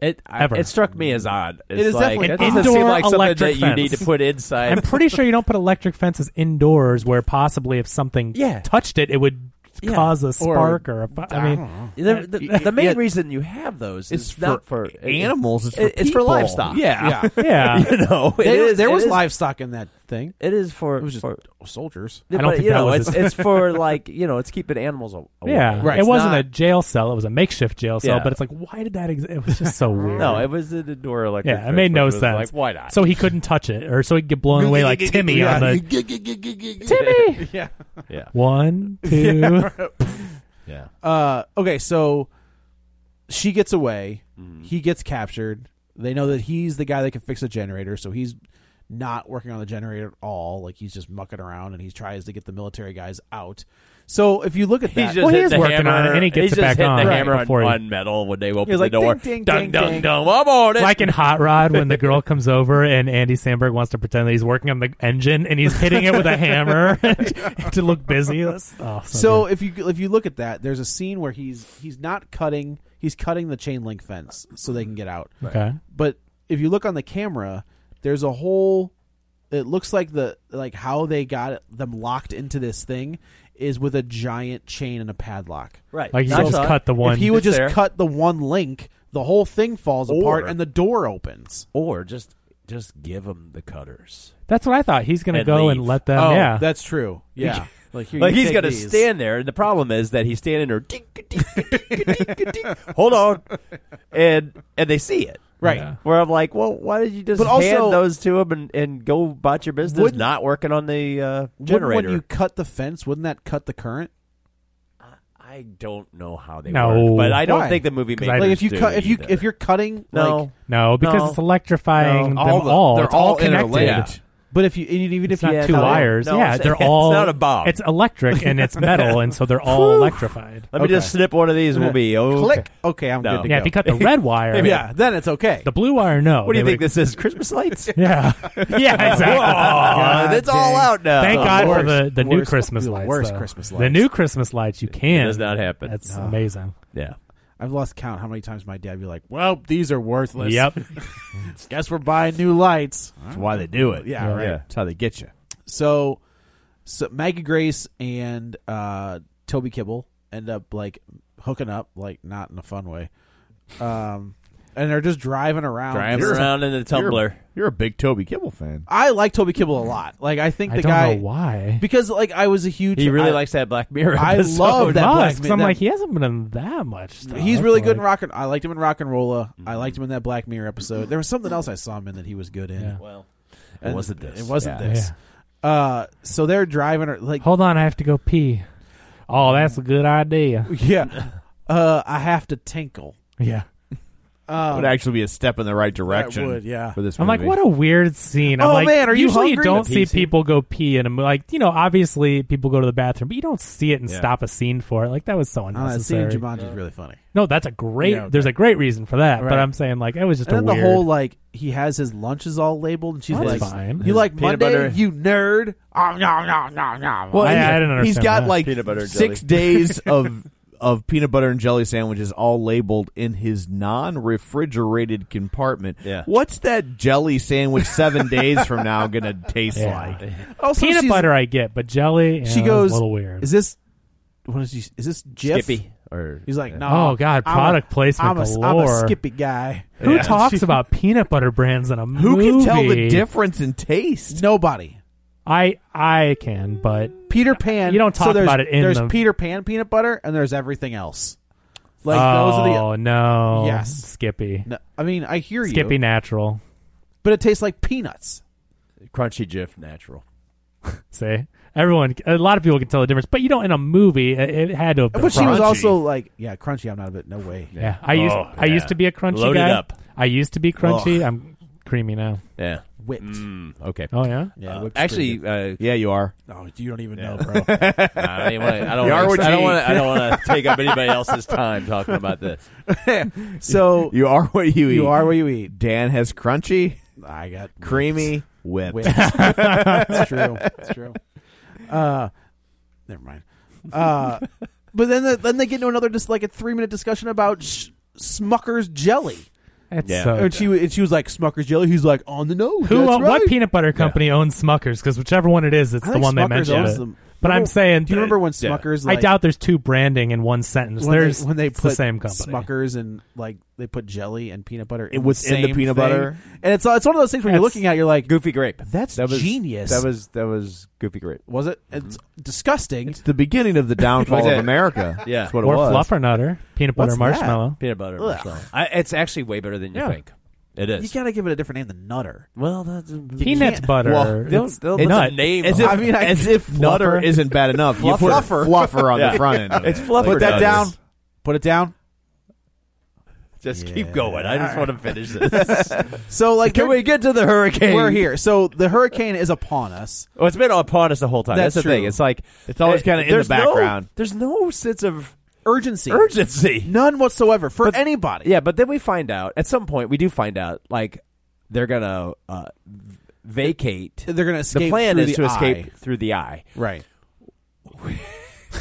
D: It I,
C: Ever.
D: it struck me as odd. It's
B: is
D: like,
B: definitely
D: that
C: odd.
D: doesn't seem
C: Indoor
D: like something that
C: electric
D: you need
C: fence.
D: to put inside. [laughs]
C: I'm pretty sure you don't put electric fences indoors where possibly if something
D: Yeah.
C: touched it, it would
D: Yeah.
C: cause a spark or, a fi- I mean,
D: The, the, the main
E: Yeah.
D: reason you have those is
E: It's for
D: not for
E: animals, it's for
D: it's for
E: people.
D: livestock.
E: Yeah.
C: [laughs]
B: [laughs] yeah
C: yeah.
D: [laughs] you
C: [laughs]
D: know, it
B: There-
D: is-
B: there
D: it
B: was
D: is-
B: livestock in that thing
D: It is for.
B: it was just
D: for
B: soldiers
C: I don't
D: but,
C: think
D: you
C: that
D: know,
C: was
D: it's,
C: his-
D: it's
C: [laughs]
D: for like you know, it's keeping animals a- away.
C: Yeah,
B: Right.
C: it
B: It's
C: wasn't
B: not-
C: a jail cell; it was a makeshift jail cell.
D: Yeah.
C: But it's like, why did that exist? It was just
B: [laughs]
C: so weird.
D: No, it was an indoor electric.
C: yeah, it
D: fence,
C: made no
D: which was
C: sense.
D: Like, why not?
C: So
D: [laughs]
C: he couldn't touch it, or so he'd get blown away like Timmy on the
D: Timmy.
B: yeah
D: [laughs] yeah,
C: one, two.
D: yeah.
B: Uh, okay, so she gets away. He gets captured. They know that he's the guy that can fix the generator, so he's not working on the generator at all. Like he's just mucking around, and he tries to get the military guys out. So if you look at that,
D: He's just
C: Well, he
D: hit
C: is
D: the
C: working
D: hammer,
C: on it, and he gets
D: he's
C: it
D: just
C: back
D: hitting
C: on
D: the
C: right
D: hammer
C: before he-
D: on, metal when they open
B: He's
D: the
B: like,
D: door.
B: ding, ding,
D: dung,
B: ding,
D: dung,
B: ding.
D: dung. I'm on it.
C: Like in Hot Rod, when the girl comes over and Andy Sandberg wants to pretend that he's working on the engine and he's hitting it with a hammer [laughs] to look busy. That's- oh,
B: so
C: good.
B: if you if you look at that, there's a scene where he's he's not cutting, he's cutting the chain link fence so they can get out.
C: okay,
B: but if you look on the camera, there's a whole. It looks like the like how they got them locked into this thing is with a giant chain and a padlock.
D: right.
C: like you
D: That's
C: could just
D: all.
C: cut the one.
B: if he would
D: It's
B: just
D: there.
B: cut the one link, the whole thing falls apart
D: Or-
B: and the door opens.
D: or just just give them the cutters.
C: That's what I thought. He's gonna
D: And
C: go
D: leave.
C: and let them. yeah,
B: that's true. Yeah,
D: [laughs]
B: like, here,
D: Oh. Like
B: you
D: he's
B: take
D: gonna
B: these.
D: stand there, and the problem is that he's standing there. Dink, dink, dink, dink, dink, hold on, and and they see it.
B: right.
D: Where I'm like, well, why did you just
B: But also-
D: hand those to him and, and go about your business?
B: Wouldn't-
D: not working on the uh,
B: Wouldn't,
D: generator.
B: when you cut the fence, wouldn't that cut the current?
D: I don't know how they
C: No.
D: work, but I don't
B: Why?
D: think the movie
C: 'Cause
D: makers
C: I-
B: Like if you
D: do
B: cut, if you
D: either.
B: if you're cutting,
D: no,
B: like,
C: no, because
D: No.
C: it's electrifying
D: No.
C: them all.
E: All the- they're
C: it's all,
E: all
C: connected.
E: interlinked.
B: but if you and even if
C: It's
B: you
C: not
D: Yeah,
C: two
D: no,
C: wires.
D: no,
C: yeah,
D: it's-
C: they're
D: it's
C: all.
D: not a bomb.
C: It's electric and it's metal, and so
D: [laughs]
C: they're all electrified.
D: let me just snip one of these. We'll be okay.
B: click, okay, I'm
D: No.
B: good to
C: Yeah,
B: go.
C: if you cut
D: [laughs]
C: the red wire,
B: yeah, then it's okay.
C: the blue wire, no.
D: What do you
C: They
D: think
C: would-
D: this is? Christmas lights?
C: [laughs] Yeah,
D: [laughs]
C: yeah, exactly.
D: Oh, it's all out now.
C: Thank
D: Oh,
C: God
D: Lord.
C: for the, the new
B: worst-
C: Christmas
B: the
C: lights.
B: worst
C: though.
B: Christmas
C: The
B: lights.
C: new Christmas lights you can.
D: does not happen.
C: That's
D: No.
C: amazing.
D: Yeah.
B: I've lost count how many times my dad be like, "Well, these are worthless. [laughs]
C: Yep.
B: guess we're buying new lights."
E: That's why they do it.
B: Yeah, right.
D: Yeah.
E: That's how they get you.
B: So, so Maggie Grace and uh, Toby Kibble end up like hooking up, like not in a fun way, um, and they're just driving around.
D: Driving
B: This-
D: around in a tumbler.
E: You're a big Toby Kibble fan.
B: I like Toby Kibble a lot. Like I think
C: I
B: the
C: don't
B: guy
C: know why.
B: because like I was a huge.
D: He really
B: I-
D: likes that Black Mirror.
B: I
D: episode.
B: love that
C: Must,
B: Black
C: 'cause
B: Man-
C: I'm
B: that-
C: like he hasn't been in that much. Stuff.
B: He's really good in
C: Like,
B: rock and I liked him in Rock and Rolla. I liked him in that Black Mirror episode. There was something else I saw him in that he was good in.
C: Yeah.
D: Well, it
B: And
D: wasn't this.
B: It wasn't
D: Yeah.
B: this. Uh, so they're driving or [laughs] like
C: Hold on, I have to go pee. Oh, that's a good idea.
B: yeah. Uh, I have to tinkle.
C: Yeah,
E: would actually be a step in the right direction.
B: would, yeah.
E: For this,
C: I'm like,
E: movie.
C: what a weird scene. I'm
E: Oh,
C: like,
E: man, are you
C: usually
E: hungry?
C: don't
E: The
C: see
E: pee scene.
C: people go pee in a movie. Like, you know, obviously people go to the bathroom, but you don't see it and
E: Yeah.
C: stop a scene for it. Like, that was so
B: Oh, that scene in
C: unnecessary.
B: Jumanji is really funny.
C: no, that's a great.
B: Yeah, okay.
C: There's a great reason for that. But
B: Right.
C: I'm saying like it was just
B: And
C: a
B: then
C: weird.
B: the whole like he has his lunches all labeled, and she's
C: That's
B: like,
C: fine.
B: "You
C: His
B: like
E: peanut
B: Monday,
E: butter-
B: you nerd." Oh, no, no, no, no.
E: Well,
C: I-
E: and
C: I didn't
E: He's
C: understand
E: got
C: that.
E: like
D: Peanut butter and
B: [laughs]
E: six days of of peanut butter and jelly sandwiches, all labeled in his non-refrigerated compartment.
D: Yeah.
E: What's that jelly
B: [laughs]
E: sandwich seven days from now going to taste
C: Yeah.
E: like?
B: also,
C: peanut
B: she's-
C: butter I get, but jelly. yeah,
B: She
C: that was
B: goes,
C: a little weird.
B: "Is this what is she? Is this Jif?
D: Skippy or
B: He's like,
D: Yeah.
B: "No."
C: Oh, God,
B: I'm
C: product
B: a-
C: placement
B: I'm a,
C: galore.
B: I'm a Skippy guy. [laughs]
C: Who talks about peanut butter brands in a movie?
E: Who can tell the difference in taste?
B: Nobody.
C: I I can, but
B: Peter Pan.
C: You don't
B: so
C: talk
B: there's-
C: about it in
B: There's
C: the-
B: Peter Pan peanut butter, and there's everything else. Like
C: oh
B: those are the.
C: no,
B: Yes.
C: Skippy,
B: No, I mean, I hear
C: Skippy
B: you,
C: natural.
B: but it tastes like peanuts.
D: crunchy Jif natural.
C: See, everyone, a lot of people can tell the difference, but you don't in a movie. It, it had to. Have been
B: But she was
C: crunchy.
B: also like, "Yeah, crunchy." I'm not a bit. No way.
C: Yeah, I used
D: Oh,
C: I used
D: yeah.
C: to be a crunchy
D: Load it
C: guy.
D: up.
C: I used to be crunchy. I'm creamy now.
D: Yeah.
B: Whipped.
D: Mm, okay.
C: Oh yeah.
B: Yeah.
D: Uh,
B: whipped
D: actually, uh,
E: Yeah, you are.
B: Oh, you don't even know, bro.
D: [laughs] I
E: [laughs]
D: don't want. I don't
E: You
D: want.
E: are what
D: I
E: you
D: don't
E: eat.
D: want. I don't
E: [laughs]
D: want to take up anybody else's time talking about this.
B: so
E: You are what you eat.
B: you are where you eat.
E: Dan has crunchy,
D: [laughs]
B: I got
E: creamy, whipped.
B: Whipped. it's true. It's true. Uh, never mind. Uh, but then the, then they get into another just like a three minute discussion about sh- Smucker's jelly.
C: It's
D: Yeah.
C: so.
B: And she wa- and she was like Smucker's jelly. He's like on the nose.
C: Who?
B: That's
C: uh, What
B: right."
C: peanut butter company owns Smuckers? Because whichever one it is, it's
B: I
C: the
B: think
C: one
B: Smucker's
C: they mentioned.
B: owns
C: it.
B: them.
C: But I'm
B: Remember-
C: saying,
B: do you remember when
D: yeah.
B: Smucker's?
C: I
B: Like,
C: doubt there's two branding in one sentence.
B: when
C: There's
B: they, when they
C: it's
B: put
C: the same company.
B: Smucker's and like they put jelly and peanut butter in
E: was
B: the
E: in the
B: same
E: peanut
B: thing.
E: butter.
B: and it's it's one of those things where you're
C: That's-
B: looking at it, you're like
D: Goofy grape.
B: that's
D: That was-
B: genius.
D: That was that was goofy grape.
B: was it? It's disgusting.
E: It's the beginning of the downfall
D: Was
E: of
D: it?
E: America.
D: [laughs] Yeah.
E: That's what it
C: or
E: was.
C: fluffernutter, peanut butter
B: What's
C: marshmallow.
D: Peanut butter.
B: Ugh.
D: marshmallow. I, it's actually way better than you
B: Yeah.
D: think. It is.
B: you gotta give it a different name than Nutter.
D: well, that's,
C: Peanut
B: can't-
C: butter.
E: Well,
D: They'll,
C: It's-
D: they'll
C: it's
D: put
C: nut.
D: the name.
E: As
D: on
E: if,
D: it.
E: as if nutter isn't bad enough. You put
B: Fluffer. [laughs]
E: fluffer on
D: Yeah. [laughs]
E: the front end. of
D: It's
E: it.
D: fluffer
E: Put that
D: nutters.
E: down.
B: Put it down.
D: just keep going. I just want to finish this.
B: So like,
D: Can we get to the hurricane?
B: We're here. So the hurricane is upon us.
D: [laughs] Well, it's been upon us the whole time.
B: That's
D: That's, the thing.
B: true.
D: It's like eh,
E: It's always kinda in the
D: there's no-
E: background.
D: there's no sense of
B: Urgency.
D: urgency.
B: None whatsoever for anybody.
D: Yeah, but then we find out at some point we do find out like they're gonna uh, vacate.
B: They're gonna escape
D: the plan
B: through
D: is
B: the
D: to escape
B: eye.
D: through the eye,
E: [laughs]
B: Right.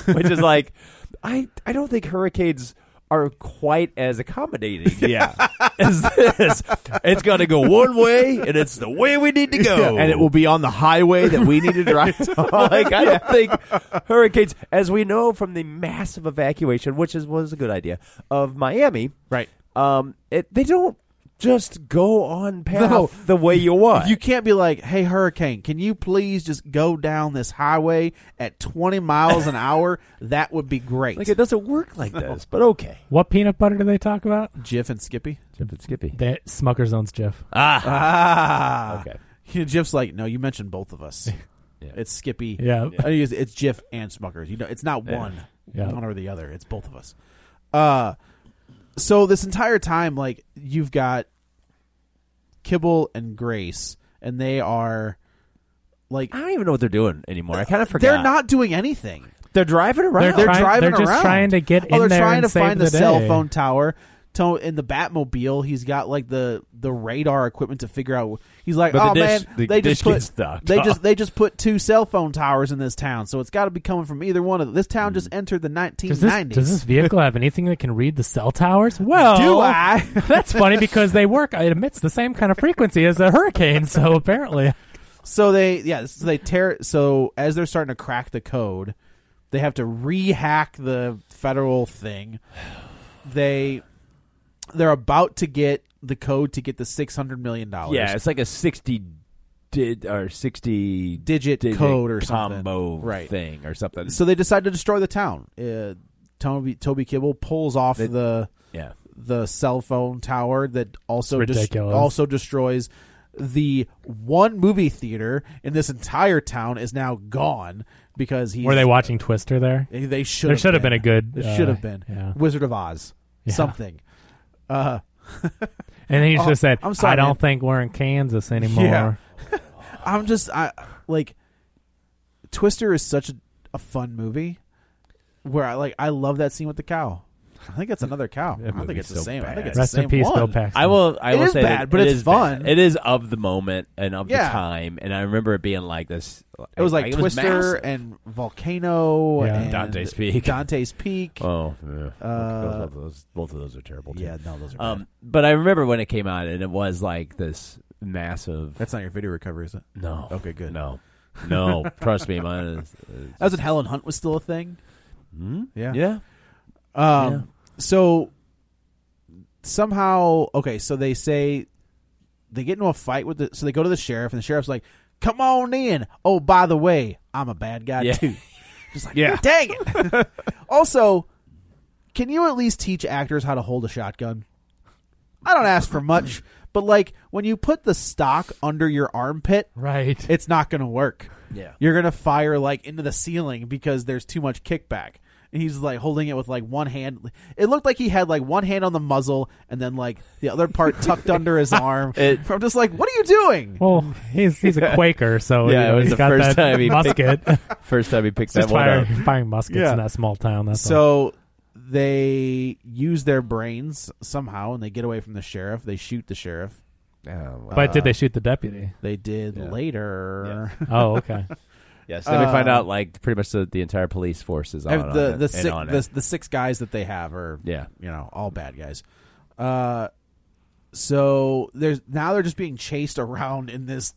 D: which is like I I don't think hurricanes are quite as
E: [laughs]
D: accommodating.
B: [laughs]
D: Yeah, as this. It's gonna go one way, and it's the way we need to go,
E: And it will be on the highway that we need to
D: [laughs]
E: drive to.
D: like I don't think hurricanes, as we know from the massive evacuation, which is was a good idea of Miami,
B: Right.
D: Um, it, they don't just go on path
B: No.
D: the way you want.
B: [laughs] You can't be like, hey, hurricane, can you please just go down this highway at 20 miles an hour? That would be great.
D: like it doesn't work like this, but okay.
C: What peanut butter do they talk about?
B: Jif and Skippy. [laughs]
D: Skippy.
C: They, Smucker's owns Jeff.
D: Ah,
B: Ah.
D: okay.
B: Jif's like, no, you mentioned both of us. It's Skippy.
C: Yeah.
B: I use- It's Jif and Smuckers. You know, it's not one,
C: Yeah.
B: one or the other. It's both of us. Uh, so this entire time, like you've got Kibble and Grace, and they are like
D: I don't even know what they're doing anymore. I kind of forgot.
B: they're not doing anything.
D: They're driving around.
C: They're trying-
B: driving
C: they're just
B: around.
C: trying to get
B: oh,
C: in
B: they're
C: there
B: trying
C: and
B: to
C: save
B: find
C: the
B: cell
C: day.
B: phone tower. To, in the Batmobile, he's got like the the radar equipment to figure out. He's like,
D: But the
B: oh
D: dish-
B: man,
D: the
B: they just
D: dish
B: put
D: gets knocked
C: [laughs]
B: they
D: off."
B: just they just put two cell phone towers in this town, so it's got to be coming from either one of them. This town
C: Hmm.
B: just entered the
C: Does this,
B: 1990s.
C: does this vehicle have anything that can read the cell towers? Well,
B: Do I?
C: [laughs] that's funny because they work. It emits the same kind of frequency as a hurricane. So
B: [laughs]
C: apparently,
B: So they yeah, so they tear. So as they're starting to crack the code, they have to rehack the federal thing. They they're about to get the code to get the six hundred million dollars.
D: Yeah, it's like a sixty did or sixty
B: Digit code or something.
D: combo
B: Right.
D: thing or something.
B: So they decide to destroy the town. Uh, Toby Toby Kibble pulls off the
D: yeah.
B: the cell phone tower that also
C: It's
B: des-
C: ridiculous.
B: also destroys the one movie theater in this entire town is now gone because he's
C: were they watching Twister there?
B: They- They should.
C: There should have been a good.
B: It
C: uh,
B: should have been
C: Yeah.
B: Wizard of Oz.
C: Yeah.
B: Something. Uh,
C: And he just said,
B: Oh, I'm sorry,
C: I don't
B: man.
C: think we're in Kansas anymore.
B: Yeah. I'm just I like Twister is such a, a fun movie where I like I love that scene with the cow. I think it's another cow. I don't think
D: movie's
B: it's the
D: so
B: same. I think
D: bad.
B: it's
C: Rest
B: the same
C: in peace,
B: one.
C: Bill Paxton.
D: I will. I
B: It
D: will
B: is
D: say that
B: bad, but
D: it
B: it's
D: is
B: fun.
D: bad. It is of the moment and of
B: Yeah.
D: the time. And I remember it being like this.
B: It was like Twister
D: massive.
B: and Volcano
C: Yeah.
B: and
D: Dante's Peak.
B: Dante's Peak.
D: Oh, yeah.
B: Uh,
D: both, of those, both of those are terrible. Too.
B: yeah, no, those are. bad.
D: Um, but I remember when it came out, and it was like this
B: [laughs]
D: massive.
B: That's not your video recovery, is it?
D: No.
B: Okay, good.
D: No. No. trust me, mine is. is-
B: That was when Helen Hunt was still a thing.
D: Hmm?
B: Yeah.
D: Yeah.
B: Um,
D: Yeah.
B: So somehow, okay, so they say they get into a fight with the, so they go to the sheriff, and the sheriff's like, "Come on in." Oh, by the way, I'm a bad guy
D: Yeah.
B: too. [laughs] Just like,
D: Yeah.
B: dang
D: [laughs]
B: it. also, can you at least teach actors how to hold a shotgun? I don't ask for much, but like when you put the stock under your armpit,
C: Right.
B: it's not going to work.
D: Yeah.
B: You're going to fire like into the ceiling because there's too much kickback. And he's like holding it with like one hand. It looked like he had like one hand on the muzzle and then like the other part
D: [laughs]
B: tucked under his arm.
D: It-
B: I'm just like, what are you doing?
C: well, he's
D: [laughs]
C: he's a Quaker, so
D: Yeah,
C: you
D: it
C: know,
D: was
C: he's
D: the
C: got
D: first
C: that
D: time he
C: musket. [laughs]
D: First time he picked that
C: just
D: one
C: firing, [laughs]
D: up.
C: firing muskets
B: Yeah.
C: in that small town. That's all.
B: So they use their brains somehow and they get away from the sheriff. They shoot the sheriff.
D: Oh, wow.
C: But did they shoot the deputy?
B: They did
D: Yeah.
B: later. [laughs]
D: [laughs]
C: Oh, okay.
D: Yes. Then we find
B: Uh,
D: out like pretty much the, the entire police force is on
B: And the
D: on
B: the
D: it,
B: six
D: and on
B: the,
D: it.
B: the six guys that they have are
D: Yeah.
B: you know all bad guys. Uh, so there's now they're just being chased around in this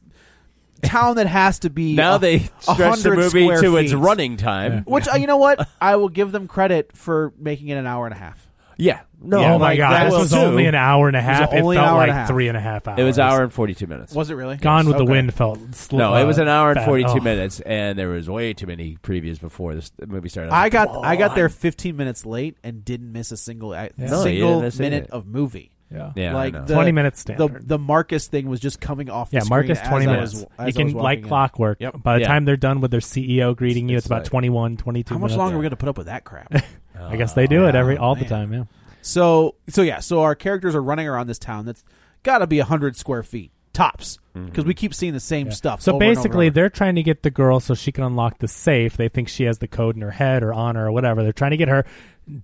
B: town that has to be
D: Now
B: a-
D: they
B: a
D: stretch the
B: hundred
D: movie
B: square
D: to its
B: feet.
D: running time.
B: Which uh, you know what [laughs] I will give them credit for making it an hour and a half.
D: Yeah. No.
C: oh my
B: like,
C: God,
B: that
C: this
B: was
C: was
B: too-
C: only an hour and a half. It,
B: only an
C: felt
B: hour
C: like
B: and a half.
C: three and a half hours.
D: It was hour and forty two minutes.
B: Was it really
C: Gone with the
B: Okay.
C: wind felt. Sl-
D: no, it was
C: uh,
D: an hour and
C: fat-
D: forty two
C: oh.
D: minutes, and there was way too many previews before this the movie started. was
B: I
D: like,
B: got I got there 15 minutes late and didn't miss a single a
D: No, you
B: single
D: didn't miss
B: minute
D: it.
B: of movie.
C: Yeah.
D: yeah, I
B: like
D: know.
B: the,
C: 20 minutes
B: The
C: standard.
B: the Marcus thing was just coming off.
C: Yeah,
B: the screen
C: Marcus,
B: as
C: 20
B: I
C: minutes.
B: was-
C: you
B: as I
C: can
B: was walking
C: like
B: in.
C: clockwork.
B: Yep.
C: By the
D: Yeah.
C: time they're done with their CEO greeting you,
D: it's
C: it's, about
D: like-
C: twenty one, twenty two.
B: How
C: 21, 22
B: much
C: minutes.
B: longer are we going to put up with that crap?
C: [laughs] I guess they do it every all the
B: man.
C: time, yeah.
B: So so yeah, so our characters are running around this town that's got to be hundred square feet tops because we keep seeing the same stuff.
C: So
B: over and over and
C: basically,
B: over.
C: they're trying to get the girl so she can unlock the safe. They think she has the code in her head or on her or whatever. They're trying to get her.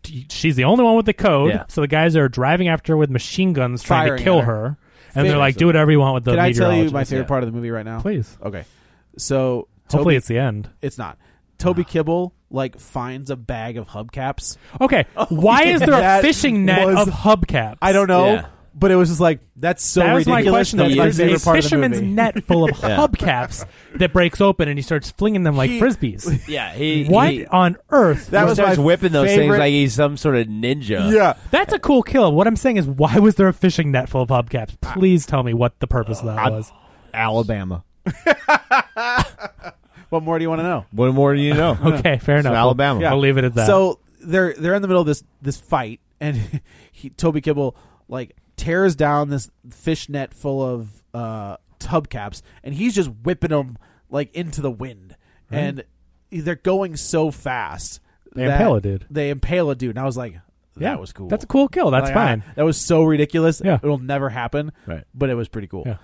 C: D- She's the only one with the code.
D: Yeah.
C: So the guys are driving after her with machine guns, trying
B: Firing
C: to kill
B: at her.
C: her. And they're like, "Do whatever you want with the
B: can I tell you my
C: meteorologist."
B: favorite part of the movie right now?
C: Please,
B: Okay, so
C: hopefully
B: Toby,
C: it's the end. Ah.
B: it's not. Toby Kibble like finds a bag of hubcaps. [laughs]
C: Okay, [laughs] why is there
B: Oh, that
C: a fishing net
B: was-
C: of hubcaps?
B: I don't know,
D: Yeah.
B: but it was just like that's so
C: that was my
B: ridiculous.
C: question.
B: That's my
C: There's a
B: favorite part of the
C: fisherman's
B: movie.
C: net
B: [laughs]
C: full of hubcaps that breaks open, and he starts flinging them like
B: He- [laughs]
C: frisbees.
D: yeah, he
C: What
D: he,
C: on earth?
B: That
D: he
B: was
D: starts
B: my
D: whipping those things
B: favorite-
D: like he's some sort of ninja.
B: Yeah,
C: That's a cool kill. What I'm saying is, why was there a fishing net full of hubcaps?
B: Ah.
C: Please tell me what the purpose of that was.
E: Alabama.
B: what more do you want to know?
E: What more do
D: [laughs]
E: you know?
C: Okay, fair enough.
E: Alabama.
C: I'll, I'll leave it at that.
B: So they're they're in the middle of this this fight, and [laughs] he, Toby Kibble like tears down this fish net full of uh, tub caps, and he's just whipping them like into the wind, and they're going so fast.
C: They
B: that
C: impale a dude.
B: They impale a dude, and I was like, "That
C: yeah,
B: was cool.
C: That's a cool kill. That's
B: Like, I-
C: fine.
B: that was so ridiculous.
C: Yeah.
B: it'll never happen.
D: Right.
B: but it was pretty cool.
C: Yeah.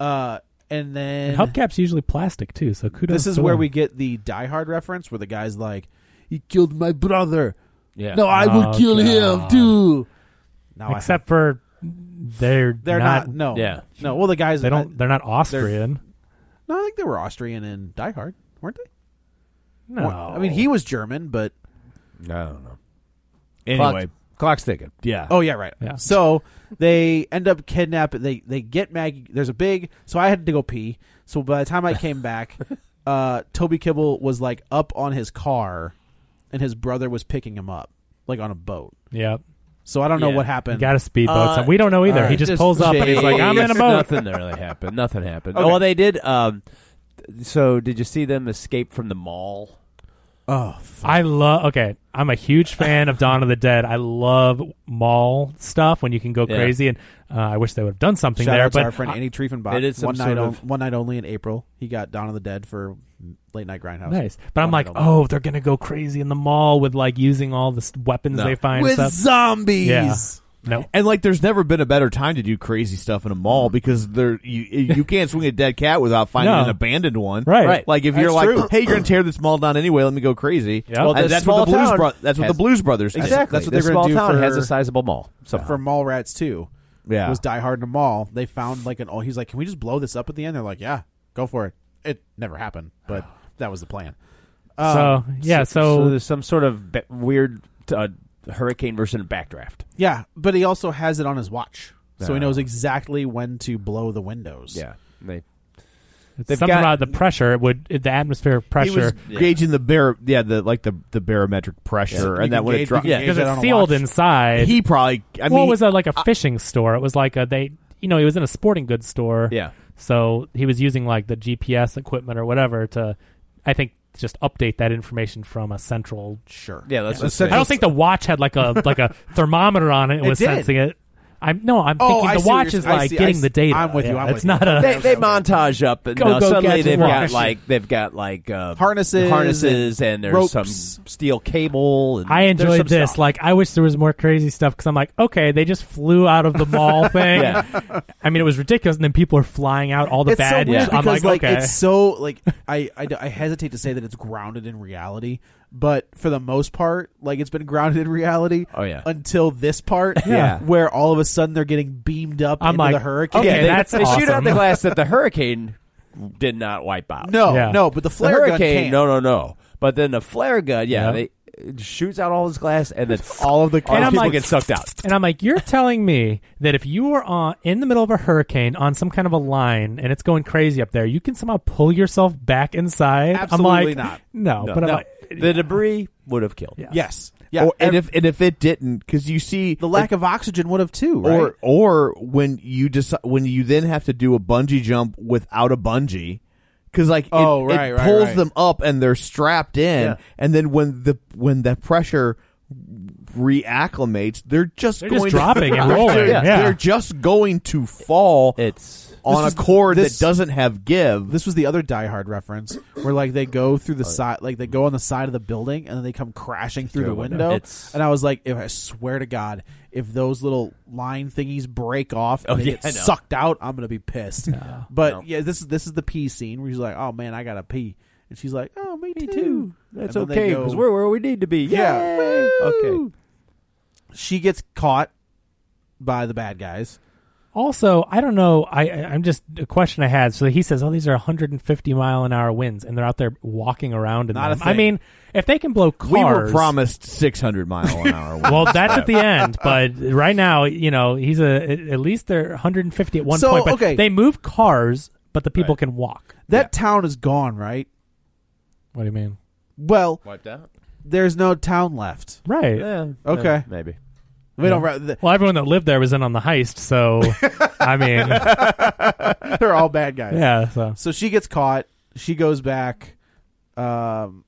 B: Uh, and
C: And
B: then
C: hubcaps usually plastic too, so kudos.
B: this is
C: to
B: where
C: them.
B: we get the Die Hard reference, where the guy's like, "He killed my brother."
D: Yeah.
B: No, I
C: Oh,
B: will kill him
C: God.
B: too. No, I-
C: except for they're
B: they're not, uh, No,
D: Yeah.
B: no. Well, the guys
C: They don't. They're not Austrian.
B: no, I think they were Austrian in Die Hard, weren't they?
C: no,
B: I mean, he was German, but
D: I don't know.
E: Anyway,
D: Clock- clock's ticking.
E: yeah.
B: oh yeah, right.
C: Yeah.
B: So they end up kidnapping. They they get Maggie. There's a big. So I had to go pee. So by the time I came
C: [laughs]
B: back, uh, Toby Kibble was like up on his car, and his brother was picking him up like on a boat.
C: yeah.
B: So I don't know
D: Yeah.
B: what happened.
C: Got a speedboat.
D: Uh,
C: so we don't know either.
D: All
C: He
D: right.
C: just, pulls up and he's like, "I'm in a
D: Jeez.
C: boat."
D: Nothing really happened. Nothing happened. Well, they did. Um, so did you see them escape from the mall?
B: oh, f-
C: I love. Okay, I'm a huge fan of Dawn of the Dead. I love mall stuff when you can go
D: Yeah.
C: crazy, and uh, I wish they would have done something
B: shout
C: there.
B: out to
C: but
B: our friend
C: I-
B: Annie Triefenbach.
D: They did some
B: one night,
D: sort
B: on-
D: of-
B: one night only in April. He got Dawn of the Dead for late night grindhouse.
C: Nice, but I'm
B: One
C: like,
B: night only.
C: oh, they're gonna go crazy in the mall with like using all the s- weapons
D: No.
C: they find. and stuff.
B: zombies.
C: Yeah. No.
E: And like, there's never been a better time to do crazy stuff in a mall because there you you can't swing a dead cat without finding
C: No.
E: an abandoned one,
C: Right. Right.
E: Like if you're
D: That's
E: like,
D: true.
E: hey, you're gonna tear this mall down anyway. Let me go crazy.
C: Yeah. Well,
E: And
D: this
E: that's what
D: small
E: the blues.
D: town
E: Bro- that's what the
D: has-
E: blues brothers did.
D: Exactly.
B: That's what
D: this
B: they're
D: small
B: gonna do
D: town has
B: for-
D: a sizable mall. So
B: for Mallrats too.
E: Yeah.
B: was Die Hard in a mall. They found like an. Oh, he's like, can we just blow this up at the end? They're like, yeah, go for it. It never happened, but that was the plan.
C: so yeah,
D: so
C: so,
D: there's some sort of ba- weird uh, hurricane version of backdraft.
B: Yeah, but he also has it on his watch, so he knows exactly when to blow the windows.
D: They,
C: it's something
D: got-
C: about the pressure it would the atmospheric
E: He was
C: [laughs] pressure
E: gauging the bar, yeah, the like the the barometric pressure,
B: You
E: and that
B: can
E: when it
B: gauge-
E: dropped,
B: you can
E: yeah,
B: gauge
C: because
B: that on
C: it's
B: a
C: sealed
B: watch.
C: inside.
E: he probably. I
C: well,
E: mean,
C: it was a, like a fishing store. It was like a they, you know, he was in a sporting goods store.
D: Yeah.
C: So he was using like the GPS equipment or whatever to, I think, just update that information from a central.
B: Sure.
D: yeah, that's just
C: I don't think the watch had like
B: [laughs]
C: a like a thermometer on it. and
B: It
C: was
B: did.
C: sensing it. I'm no, I'm
B: Oh,
C: thinking
B: I
C: the
B: see what
C: watch
B: you're-
C: is
B: I
C: like
B: see, I
C: getting
B: see.
C: the data.
B: I'm with you,
C: Yeah,
B: I'm
C: it's
B: with
C: not
B: you.
D: [laughs]
C: a.
D: they, they montage up and
C: Go,
D: uh,
C: go,
D: suddenly
C: get
D: they've
C: your
D: got
C: watch.
D: like they've got like uh,
B: Harnesses
D: harnesses, and,
B: and
D: there's
B: ropes.
D: some steel cable. And
C: I
D: there's
C: enjoyed
D: some
C: this.
D: stuff.
C: Like, I wish there was more crazy stuff because I'm like, okay, they just flew out of the
B: [laughs]
C: mall thing. I mean, it was ridiculous, and then people are flying out all the
B: it's
C: bad.
B: so weird
C: I'm
B: because
C: like,
B: like,
C: okay,
B: it's so like [laughs] I, I I hesitate to say that it's grounded in reality, but for the most part, like it's been grounded in reality.
D: Oh, yeah.
B: until this part,
D: Yeah.
B: where all of a sudden they're getting beamed up
C: I'm
B: into
C: like,
B: the hurricane.
C: okay,
D: yeah, they,
C: that's
D: they shoot out
C: awesome.
D: the glass
C: [laughs]
D: that the hurricane did not wipe out.
B: No,
C: Yeah.
B: no, but the
D: the
B: flare gun
D: hurricane.
B: can.
D: No, no, no. But then the flare gun, yeah,
C: Yeah.
D: they it shoots out all this glass, and then all of the all
C: And
D: the
C: I'm
D: people
C: like-
D: get sucked out.
C: And I'm like, you're telling me that if you were on in the middle of a hurricane on some kind of a line and it's going crazy up there, you can somehow pull yourself back inside? I'm
B: Absolutely
C: like,
B: not.
C: No, but I'm
D: No.
C: like,
D: the debris would have killed.
C: Yeah.
B: Yes. Yeah.
E: or, and
B: and
E: if and if it didn't, because you see
B: the lack of oxygen would have too, right?
E: Or or when you decide when you then have to do a bungee jump without a bungee. Cause like it,
B: Oh,
E: it
B: right, right,
E: pulls
B: right.
E: them up and they're strapped in,
B: Yeah.
E: and then when the when the pressure reacclimates, they're just
C: They're
E: going
C: just
E: to-
C: dropping and
E: they're-
C: rolling,
E: They're,
C: yeah.
E: they're just going to fall
D: It's
E: on
B: This
E: a
B: is-
E: cord
B: this-
E: that doesn't have give.
B: this was the other Die Hard reference where like they go through the
D: Oh,
B: side, like they go on the side of the building and then they come crashing through, the window.
D: It's-
B: And I was like, if, I swear to God, if those little line thingies break off and
D: Oh,
B: they
D: yeah,
B: get
D: I know.
B: sucked out, I'm gonna be pissed. But yeah, this is this is the pee scene where he's like, oh man, I gotta pee, and she's like, oh me, too.
D: That's
B: And then they
D: okay
B: go-
D: because we're where we need to be.
B: Yeah.
D: Yeah.
B: Woo!
D: Okay.
B: She gets caught by the bad guys.
C: also, I don't know. I, I- I'm just a question I had. So he says, oh, these are 150 mile an hour winds, and they're out there walking around. In
B: Not a
C: them. I
B: thing.
C: mean, if they can blow cars,
E: we were promised six hundred mile
B: [laughs]
E: an hour. winds.
C: Well, that's at the end, but right now, you know, he's a at- at least they're 150 at one
B: So,
C: point. But
B: okay.
C: they move cars, but the people can walk.
B: That town is gone, right?
C: What do you mean?
B: Well,
D: Wiped out.
B: there's no town left.
C: Right.
D: Yeah.
B: Okay.
D: yeah, Maybe.
B: We don't. ra- th-
C: Well, everyone that lived there was in on the heist,
B: [laughs]
C: so I mean,
B: They're all bad guys.
C: yeah. So
B: So she gets caught. She goes back, um,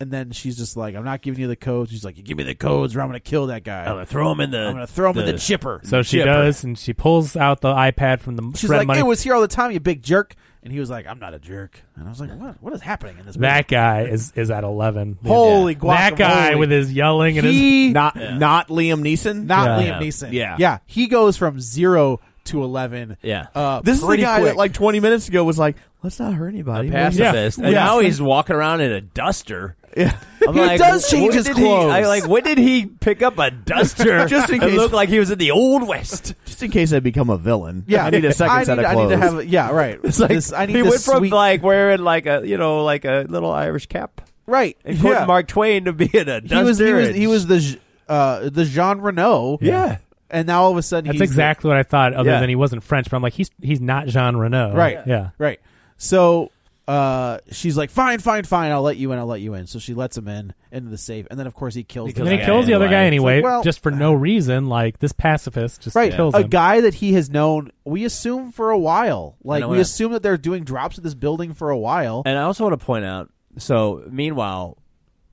B: and then she's just like, "I'm not giving you the codes." She's like, "You give me the codes, or I'm gonna kill that guy. I'm
D: gonna throw him in the.
B: gonna throw him in the chipper."
C: so she
D: Chipper.
C: does, and she pulls out the iPad from the
B: she's
C: shred
B: like,
C: money.
B: "It was here all the time, you big jerk." And he was like, "I'm not a jerk." And I was like, "What? What is happening in this?"
C: that guy is is at 11.
B: Holy
C: that guy
B: guacamole.
C: with his yelling and his
B: he
E: not not Liam Neeson.
B: not
C: Yeah.
B: Liam Neeson.
E: Yeah.
B: yeah. He goes from zero to eleven.
D: Yeah.
B: uh,
E: this is the
B: pretty
E: guy
B: quick.
E: that like twenty minutes ago was like, "Let's not hurt anybody." Let's not
D: pacifist. And now he's walking around in a duster.
E: Yeah.
D: I'm
B: He
D: like,
B: does change
D: when
B: his
D: did he-
B: clothes.
D: I like, when did he pick up a [laughs] duster?
E: Just in
D: and
E: case.
D: look like he was in the old west.
E: Just in case I become a villain.
B: yeah,
E: I need a second
B: I
E: set
B: need-
E: of
B: I
E: clothes.
B: need to have. Yeah, right.
D: It's like
B: This- I need
D: he
B: this
D: went from
B: sweet-
D: like wearing like a you know like a little Irish cap
B: right.
D: and quoting
B: yeah.
D: Mark Twain to being a duster.
B: he was he was
D: and-
B: he was the J- uh the Jean Renault.
D: Yeah.
B: And now all of a sudden
C: That's
B: he's the-
C: exactly what I thought. Other
D: Yeah.
C: than he wasn't French, but I'm like, he's he's not Jean Renault.
B: right.
C: Yeah.
B: Right. So uh she's like fine fine fine I'll let you in I'll let you in. So she lets him in into the safe and then of course he kills
D: He
B: the
D: kills
C: And then he
D: Yeah,
C: kills the other guy
D: anyway.
C: anyway,
B: It's like, well-
C: just for no reason. Like this pacifist just
B: Right,
C: kills
B: a
C: him.
B: guy that he has known, we assume for a while. Like
D: know
B: we
D: it.
B: assume that they're doing drops at this building for
D: [laughs]
B: a while.
D: And I also want to point out. So meanwhile,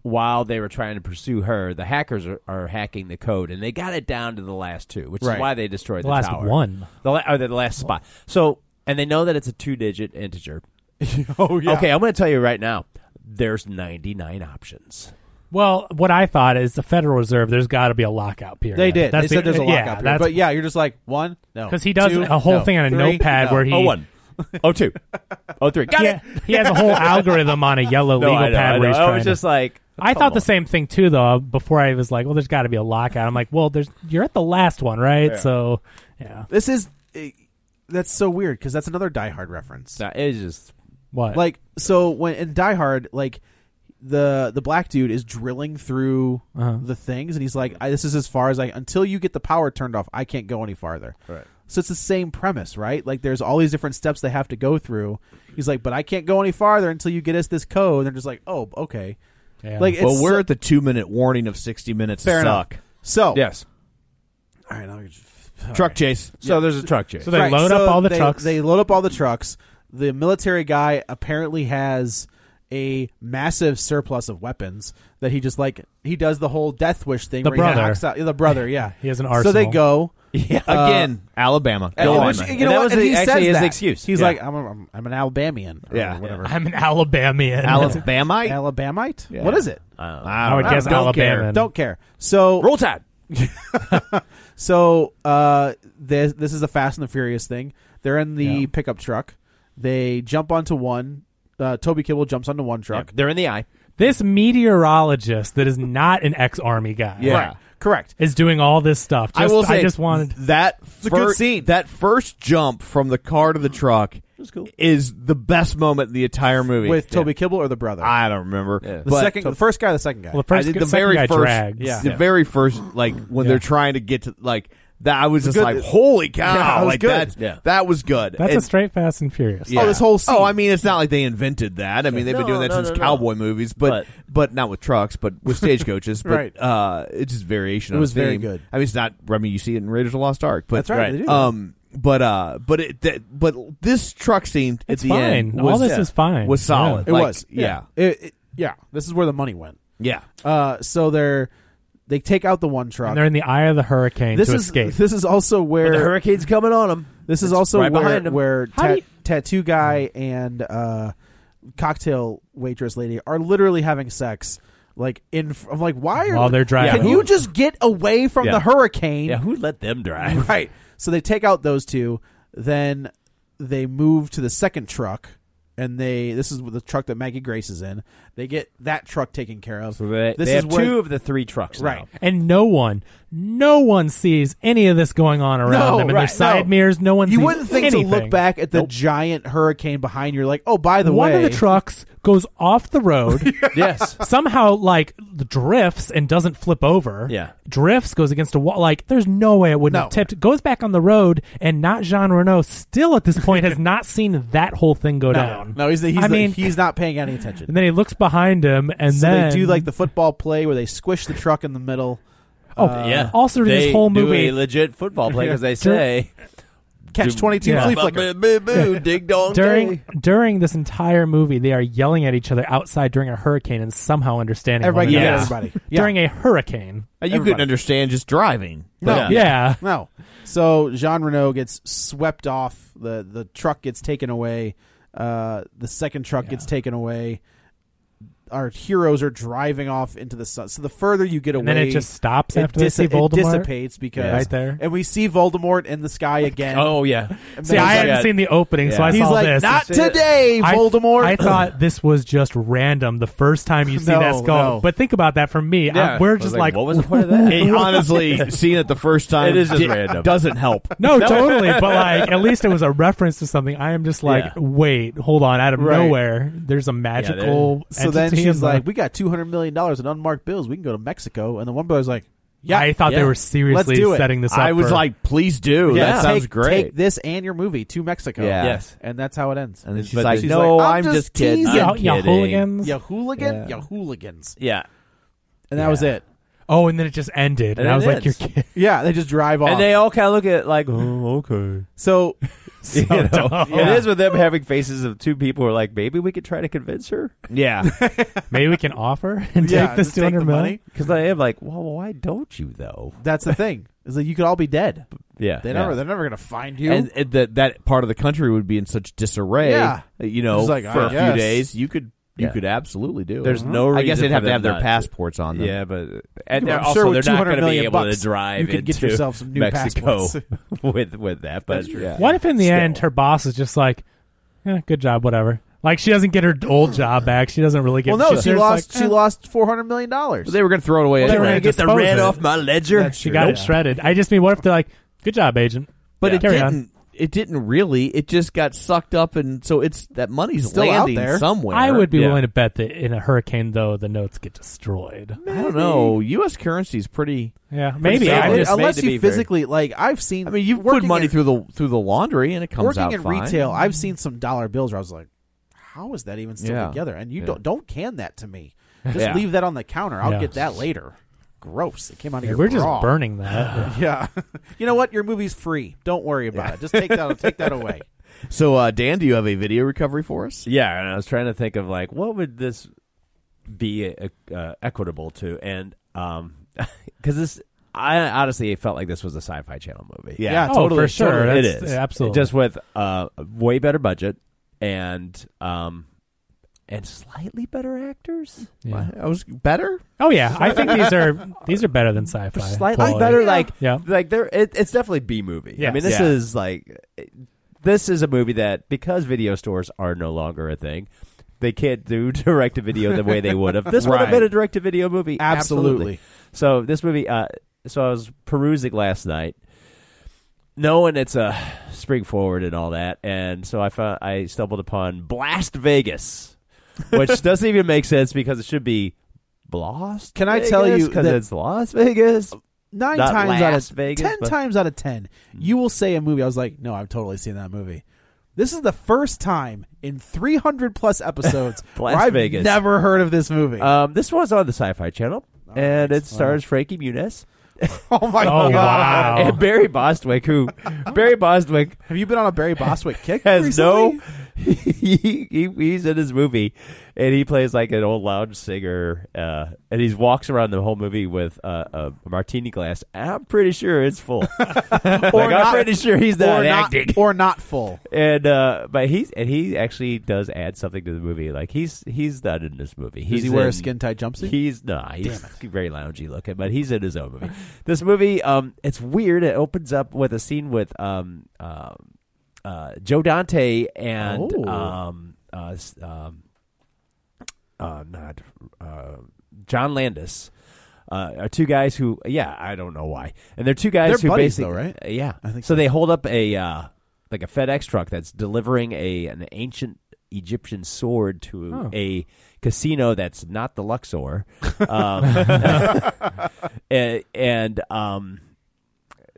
D: while they were trying to pursue her, the hackers are, are hacking the code, and they got it down to the last two, which
B: Right.
D: is why they destroyed
C: The
D: the,
C: last
D: tower.
C: one.
D: the la- or the last spot. So and they know that it's a two-digit integer.
B: oh
D: Okay, I'm going to tell you right now. There's 99 options.
C: Well, what I thought is the Federal Reserve. There's got to be a lockout period.
B: They did.
C: That's
B: they said
C: the-
B: there's a
C: yeah,
B: lockout period.
C: that's-
B: But yeah, you're just like one, no,
C: because he does
B: two,
C: a whole
B: no,
C: thing on a
B: three,
C: notepad
B: no.
C: where he
D: Oh one, oh two, oh three. Got
C: he,
D: it.
C: he has a whole algorithm on a yellow
D: No,
C: legal
D: I know,
C: pad
D: I, know.
C: where he's
D: I
C: trying
D: was
C: to-
D: just like,
C: I
D: come
C: thought the
D: on.
C: same thing too, though. Before I was like, "Well, there's got to be a lockout." I'm like, "Well, there's you're at the last one, right?" So, yeah,
B: This is eh, that's so weird because that's another Die Hard reference.
D: Nah, it was just
C: what?
B: Like so when in Die Hard, like the the black dude is drilling through
C: Uh-huh.
B: the things, and he's like, I, "This is as far as I until you get the power turned off. I can't go any farther." Right. So it's the same premise, right? Like there's all these different steps they have to go through. He's like, "But I can't go any farther until you get us this code." And they're just like, "Oh, okay."
C: Yeah.
B: Like it's
E: well, we're
B: so-
E: at the two minute warning of 60 minutes
B: fair
E: to
B: enough.
E: suck.
B: So
D: yes.
B: all right, I'll just
E: Truck chase.
D: So there's a truck chase. [laughs]
C: so they load
B: so
C: up all the
B: they-
C: trucks.
B: They load up all the trucks. The military guy apparently has a massive surplus of weapons that he just like he does the whole death wish thing.
C: The
B: where
C: brother.
B: he knocks out, the brother, yeah,
C: [laughs] He has an
B: So they
C: arsenal.
B: go.
E: Yeah.
B: Uh,
E: Again, Alabama.
B: and-
E: Go
B: and
E: on.
B: which- you
E: man.
B: know
D: that
B: what?
D: was
B: And
D: the-
B: he says
D: actually his
B: that.
D: excuse.
B: He's
D: Yeah.
B: like, I'm, a, I'm an Alabamian. or
E: Yeah.
B: whatever.
C: I'm an Alabamian.
E: Alabamite.
B: Alabamite. What is it?
D: Uh,
E: I, don't
C: [laughs]
E: know.
C: I would
E: I don't
C: guess
E: know. Don't care.
C: Alabama.
B: Don't care. So
D: Roll Tide.
B: So uh, this this is the Fast and the Furious thing. They're in the
C: Yeah.
B: pickup truck. They jump onto one. Uh, Toby Kibble jumps onto one truck.
D: They're in the eye.
C: This meteorologist that is not an ex-army guy,
E: Yeah.
B: Correct.
C: is doing all this stuff. Just,
E: I will say
C: just wanted.
E: that
B: a good
E: fir-
B: scene.
E: That first jump from the car to the truck is the best moment in the entire movie.
B: With Toby Kibble or the brother.
E: I don't remember.
B: the second, the first guy, the second guy.
C: Well, the first,
E: I did the
C: second
E: very
C: guy
E: first,
C: drags.
B: yeah.
E: the very first, like when
C: Yeah.
E: they're trying to get to like that. I was just
B: good-
E: like, holy cow!
B: Yeah, that was
E: like
B: good.
E: that,
D: Yeah.
E: that was good.
C: That's a
E: And-
C: straight Fast and Furious.
E: yeah.
B: Oh, this whole scene.
E: Oh, I mean, it's not like they invented that. I mean, they've been
D: No,
E: doing that
D: no,
E: since
D: no, no.
E: cowboy movies, but,
D: But-
E: but not with trucks, but
B: [laughs]
E: with stagecoaches. But,
B: Right.
E: Uh, it's just variation.
B: It
E: on
B: was
E: a
B: very
E: theme.
B: good.
E: I mean, it's not. I mean, you see it in Raiders of the Lost Ark. But
B: That's right, they do that.
E: Um, but uh, but it that, but this truck scene
C: It's
E: at the
C: fine.
E: end
C: All
E: was, uh,
C: this is fine.
E: Was solid.
B: it
E: Like,
B: was.
E: Yeah.
B: It- it- yeah. This is where the money went.
E: Yeah.
B: Uh, so they're they take out the one
C: and
B: truck.
C: they're in the eye of the hurricane
B: this
C: to
B: is
C: escape.
B: this is also where
D: hurricane's coming on them.
B: This is also
D: right
B: where,
D: behind him.
B: where
C: How
B: ta-
C: do you- Mm.
B: tattoo guy and uh, cocktail waitress lady are literally having sex. Like in, fr- I'm like, why are
C: While they're driving.
B: Can you just get away from
D: Yeah.
B: the hurricane?
D: Yeah, who let them
C: [laughs]
D: drive?
B: Right. So they take out those two. Then they move to the second truck, and they this is the truck that Maggie Grace is in. They get that truck taken care of.
D: So they,
B: this
D: they
B: is
D: have
B: where,
D: two of the three trucks.
B: Right.
D: Now.
C: and no one, no one sees any of this going on around
B: No,
C: them in their
B: right,
C: side
B: no.
C: mirrors. No one.
B: You
C: sees
B: wouldn't think
C: anything.
B: to look back at the giant hurricane behind you. Like, oh, by the
C: One
B: way,
C: of the trucks goes off the
B: [laughs]
C: road.
D: yes.
C: Somehow, like drifts and doesn't flip over.
D: Yeah.
C: drifts goes against a wall. Like there's no way it wouldn't
B: No.
C: have tipped. Goes back on the road, and not Jean Renault. Still at this point has
B: [laughs]
C: not seen that whole thing go down.
B: No, he's the, he's
C: I
B: the-
C: mean,
B: he's not paying any attention.
C: and then he looks behind him, [laughs] and
B: so
C: then
B: they do like the football play where they squish the truck in the middle.
C: oh
D: yeah.
C: Also,
D: Uh, they
C: this whole
D: do
C: movie,
D: a legit football play because they say
B: Catch twenty two
C: yeah.
B: flea
D: "Boo,
B: flicker.
D: boo, boo, boo, ding dong
C: [laughs] during
D: day."
C: during this entire movie, they are yelling at each other outside during a hurricane and somehow understanding. one
B: Everybody, yeah.
C: another. [laughs]
B: everybody. Yeah.
C: during a hurricane.
E: Uh, You couldn't understand just driving.
B: Oh,
C: Yeah.
E: But-
B: no. So Jean Renault gets swept off. the The truck gets taken away. Uh, the second truck gets taken away. Our heroes are driving off into the sun. So the further you get away,
C: and then it just stops
B: it
C: after they
B: dis-
C: see
B: it
C: Voldemort.
B: dissipates because
C: Right there.
B: and we see Voldemort in the sky again.
D: Oh yeah.
B: And
C: See,
B: then
C: I
B: he's
C: hadn't
B: like-
C: seen the opening, so
D: Yeah.
C: I
B: He's
C: saw
B: like,
C: this.
B: not today,
C: I-
B: Voldemort.
C: I, thought this was just random the first
B: [laughs]
C: time you see
B: No,
C: that skull.
B: no.
C: But think about that for me. I-
D: Yeah. I
C: we're
D: was
C: just
D: like,
C: like,
D: what was the point of that?
E: It honestly, seeing it the first time
D: It is just
E: di-
D: random. [laughs]
E: doesn't help.
C: no, totally. But like, at least it was a reference to something. I am just like,
D: Yeah.
C: wait, hold on. Out of
B: Right.
C: nowhere, there's a magical.
B: [laughs] So then
C: entity in
B: she's
C: the-
B: like, "We got two hundred million dollars in unmarked bills. We can go to Mexico." And the one brother's like, "Yeah,
C: I thought
D: yeah.
C: they were seriously
B: do it.
C: setting this up.
E: I was
C: for-
E: like, please do.
B: yeah,
E: that
B: take,
E: sounds great.
B: Take this and your movie to Mexico."
E: Yeah.
D: Yes.
B: and that's how it ends.
E: And then she's
D: But
E: like,
D: she's
E: "No,
B: like,
E: I'm, just kidding."
B: teasing.
C: yeah,
D: I'm
C: yeah,
D: kidding.
C: hooligans.
B: You hooligan,
E: Yeah.
B: you hooligans,
D: Yeah.
B: and that was it.
C: Oh, and then it just ended, and,
D: And
C: I
D: it
C: was like, "You're
D: ends.
C: kidding."
B: [laughs] Yeah, they just drive off.
D: And they all kind of look at it like, oh, okay.
B: so
D: [laughs] You know?
C: dumb.
D: It is with them having faces of two people who are like, maybe we could try to convince her. [laughs]
E: Yeah.
C: [laughs] Maybe we can offer and
B: yeah,
C: take this
B: just take
C: two hundred
B: the
C: million.
B: money.
D: Because I am like, well, why don't you, though?
B: That's the thing. Is that you could all be dead.
D: Yeah.
B: They
D: yeah.
B: never, they're never gonna find you.
E: and and that that part of the country would be in such disarray.
B: Yeah.
E: You know,
B: It's like,
E: for
B: I
E: a
B: guess.
E: few days, you could
A: You
D: Yeah.
A: could absolutely do it.
D: There's no
A: I guess
D: reason
A: they'd have to
D: for them
A: have their
D: not to.
A: passports on them.
D: Yeah, but and
B: Well,
D: they're
B: I'm
D: also
B: sure with
D: they're not
B: 200
D: going to be
B: million
D: able
B: bucks,
D: to drive
B: you could get
D: into
B: yourself some new
D: Mexico
B: passports.
D: [laughs] with with that. But yeah.
C: What if in the end her boss is just like, eh, good job, whatever. Like she doesn't get her old job back. She doesn't really get.
A: Well, no,
C: she's
A: she
C: just
A: lost.
C: like,
A: she
C: eh,
A: lost four hundred million dollars.
D: they were going to throw it away.
C: Well, they were
D: anyway.
C: gonna
D: get the
C: dispose
D: red
C: of it.
D: off my ledger.
B: That's
C: She got
B: Nope.
C: it shredded. I just mean, what if they're like, good job, agent.
A: But
C: Yeah.
A: it
C: Carry
A: didn't.
C: on.
A: It didn't really. It just got sucked up, and so it's that money's
B: Still out
A: landing
B: there.
A: somewhere.
C: I would be
D: Yeah.
C: willing to bet that in a hurricane, though, the notes get destroyed.
A: I don't know. U.S. currency's pretty.
C: Yeah, maybe.
D: solid.
C: I just,
D: made
B: unless
D: to be
B: you
D: very-
B: physically like I've seen.
A: I mean, you put
B: working
A: money
B: in-
A: through the through the laundry, and it comes
B: working
A: out
B: in
A: fine.
B: retail. I've seen some dollar bills where I was like, "How is that even still
A: Yeah.
B: together?" And you
A: Yeah.
B: don't don't can that to me. Just
A: Yeah.
B: leave that on the counter. I'll
C: Yeah.
B: get that later. Gross! It came out of your.
C: we're just
B: bra.
C: burning [laughs] that.
D: [sighs]
B: Yeah, [laughs] you know what? Your movie's free. Don't worry about it. Just take that. take that
D: [laughs]
B: away.
A: So, uh, Dan, do you have a video recovery for us?
D: Yeah, and I was trying to think of like what would this be uh, equitable to, and um, [laughs] because this, I honestly felt like this was a sci-fi channel movie.
A: Yeah.
B: Yeah,
C: oh,
B: totally.
C: for sure.
B: totally.
D: it
C: That's,
D: is
C: absolutely.
D: just with uh, a way better budget and um, and slightly better actors.
C: Yeah.
A: I was better.
C: Oh yeah, I think these are these are better than sci-fi.
D: slightly
C: quality.
D: better, like [laughs]
C: Yeah.
D: like there. It, it's definitely B movie. I
C: Yes.
D: mean, this
C: Yeah.
D: is like this is a movie that because video stores are no longer a thing, they can't do [laughs] direct to video the way they would have. This would have
B: Right.
D: been a direct to video movie,
B: Absolutely.
D: So this movie, uh, so I was perusing last night, knowing it's a spring forward and all that, and so I found I stumbled upon Blast Vegas,
B: [laughs]
D: which doesn't even make sense because it should be. Lost?
B: Can I tell you
D: because
B: that-
D: it's Las Vegas?
B: Nine
D: Not
B: times out of
D: Las Vegas,
B: ten
D: but-
B: times out of ten, you will say a movie. I was like, "No, I've totally seen that movie." This is the first time in 300 plus episodes where
D: [laughs] Las
B: I've
D: Vegas.
B: never heard of this movie.
D: Um, this was on the Sci-Fi Channel, and it stars Frankie Muniz
B: [laughs]
D: [laughs]
B: oh my
C: Oh wow.
D: and Barry Bostwick.
B: [laughs]
D: Who Barry Bostwick
B: Have you been on a Barry Bostwick
D: [laughs]
B: kick?
D: has
B: [laughs] recently?
D: no. [laughs] He, he he's in his movie, and he plays like an old lounge singer, uh, and he walks around the whole movie with uh, a martini glass. And I'm pretty sure it's
B: [laughs]
D: full. like, I'm
B: not-
D: pretty sure he's not
B: or not,
D: acting.
B: [laughs] or not full.
D: and uh, but he's and he actually does add something to the movie. Like he's he's not in this movie. He's
B: Does he wear
D: in-
B: a skin tight jumpsuit?
D: He's nah, he's very loungy looking, but he's in his own movie. this movie, um, it's weird. It opens up with a scene with um, um, uh, Joe Dante and
B: Oh.
D: um, uh, s- um, uh, not uh, John Landis. Uh, are two guys who, yeah, I don't know why, and they're two guys
B: They're
D: who
B: buddies,
D: basically,
B: though, right?
D: Uh, yeah,
B: I think
D: so. They hold up a uh, like a FedEx truck that's delivering a an ancient Egyptian sword to
C: Oh.
D: a casino that's not the Luxor, um, [laughs] and, and um,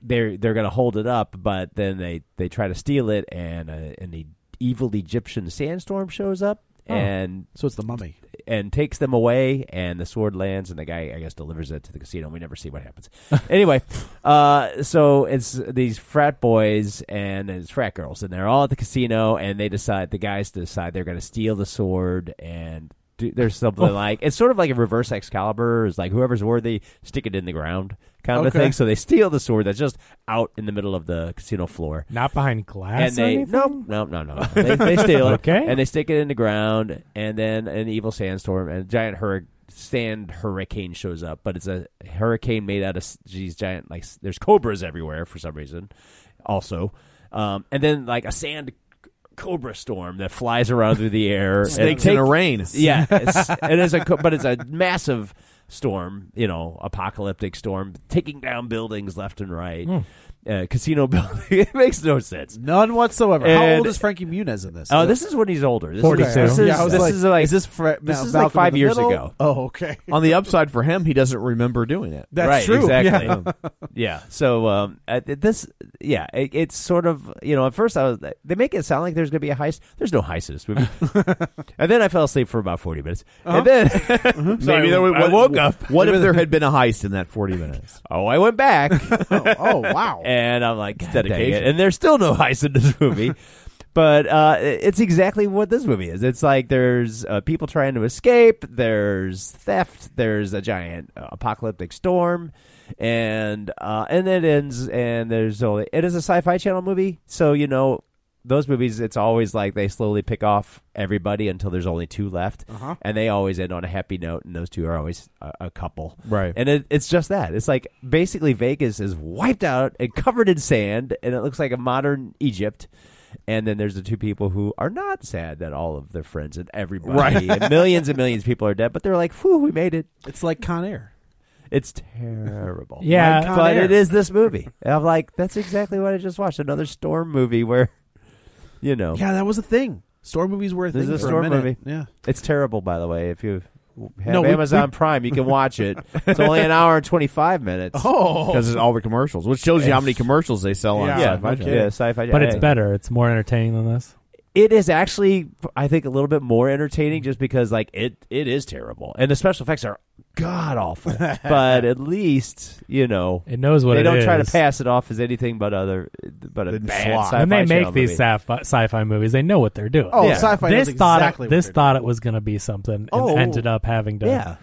D: they're they're gonna hold it up, but then they they try to steal it, and uh, an e- evil Egyptian sandstorm shows up.
C: Oh.
D: And
B: so it's the mummy.
D: and takes them away, and the sword lands, and the guy, I guess, delivers it to the casino. and We never see what happens. anyway, uh, so it's these frat boys and it's frat girls, and they're all at the casino, and they decide the guys decide they're going to steal the sword, and do, there's something like it's sort of like a reverse Excalibur. It's like whoever's worthy, stick it in the ground, kind of a
B: Okay.
D: thing. So they steal the sword that's just out in the middle of the casino floor,
C: Not behind glass.
D: and they
C: or anything?
D: no no no no they, they steal it
C: Okay.
D: and they stick it in the ground and then an evil sandstorm and a giant hurricane sand hurricane shows up but it's a hurricane made out of s- these giant like s- there's cobras everywhere for some reason also um, and then like a sand c- cobra storm that flies around through the air
A: Snakes
D: and
A: in the rain.
D: yeah, it's, it is a co- but it's a massive storm, you know, apocalyptic storm, taking down buildings left and right, uh, casino [laughs] building. it makes no sense.
B: None whatsoever. How
D: And-
B: old is Frankie Muniz in this?
D: Oh, this is when he's older. This
C: 42.
D: Is, this is,
B: Yeah, I was
D: this
B: like,
D: is like
B: is this Fra-
D: this
B: Ma-
D: is like
B: Malcolm
D: five
B: in the
D: years
B: Middle?
D: ago.
B: Oh, [laughs] okay.
A: On the upside for him, he doesn't remember doing it.
B: That's
D: right,
B: true.
D: Exactly. Um,
B: Yeah.
D: Yeah. So um, uh, th- this, yeah, it, it's sort of you know at first I was they make it sound like there's going to be a heist. There's no heist in this
B: [laughs]
D: movie. and then I fell asleep for about forty minutes,
B: Uh-huh.
D: and then
B: Mm-hmm.
D: [laughs] so I-
A: there
D: I woke up.
A: What
B: [laughs]
A: if there had been a heist in that forty minutes?
D: Oh, I went back.
B: Oh, [laughs] oh, wow.
D: And I'm like, God dang
A: dedication.
D: it. And there's still no heist in this
B: [laughs]
D: movie. but uh, it's exactly what this movie is. It's like there's uh, people trying to escape, there's theft, there's a giant uh, apocalyptic storm. And uh, and it ends, and there's only it is a sci-fi channel movie, so you know those movies, it's always like they slowly pick off everybody until there's only two left, and they always end on a happy note. And those two are always a, a couple,
A: Right.
D: And it, it's just that it's like basically Vegas is wiped out and covered in sand, and it looks like a modern Egypt. And then there's the two people who are not sad that all of their friends and everybody, and millions and millions of people are dead, but they're like, "Whew, we made it."
B: It's like Con Air.
D: It's terrible.
C: Yeah.
D: Like,
C: Con
D: but
B: Air.
D: it is this movie. And I'm like, that's exactly what I just watched. Another storm movie where, you know,
B: Yeah, that was a thing. Storm movies were a
D: This
B: thing
D: is a
B: for
D: storm
B: a minute.
D: movie.
B: Yeah.
D: it's terrible. By the way, if you have
B: No, we-
D: Amazon
B: we-
D: Prime, you can watch it. It's only an hour and twenty five minutes.
B: [laughs] Oh,
E: because it's all the commercials, which shows you how many commercials they sell on.
B: Yeah.
D: yeah,
E: Sci-Fi
D: no
E: Channel.
D: kidding. yeah, sci-fi.
C: But it's
D: Hey.
C: better. It's more entertaining than this.
D: It is actually, I think, a little bit more entertaining just because like it it is terrible, and the special effects [laughs] are god
B: [laughs]
D: awful. but at least you know.
C: It knows what
D: they
C: it
D: don't try to
C: is.
D: pass it off as anything but other, but a bad
E: slop.
D: sci-fi
C: When they
D: channel
C: make these
D: movie.
C: sci-fi, sci-fi movies, they know what they're doing.
B: oh,
D: Yeah.
B: sci-fi.
C: this
B: knows
C: thought
B: exactly what
C: this
B: they're
C: thought it was going to be something, and
D: Oh.
C: ended up having to
D: Yeah.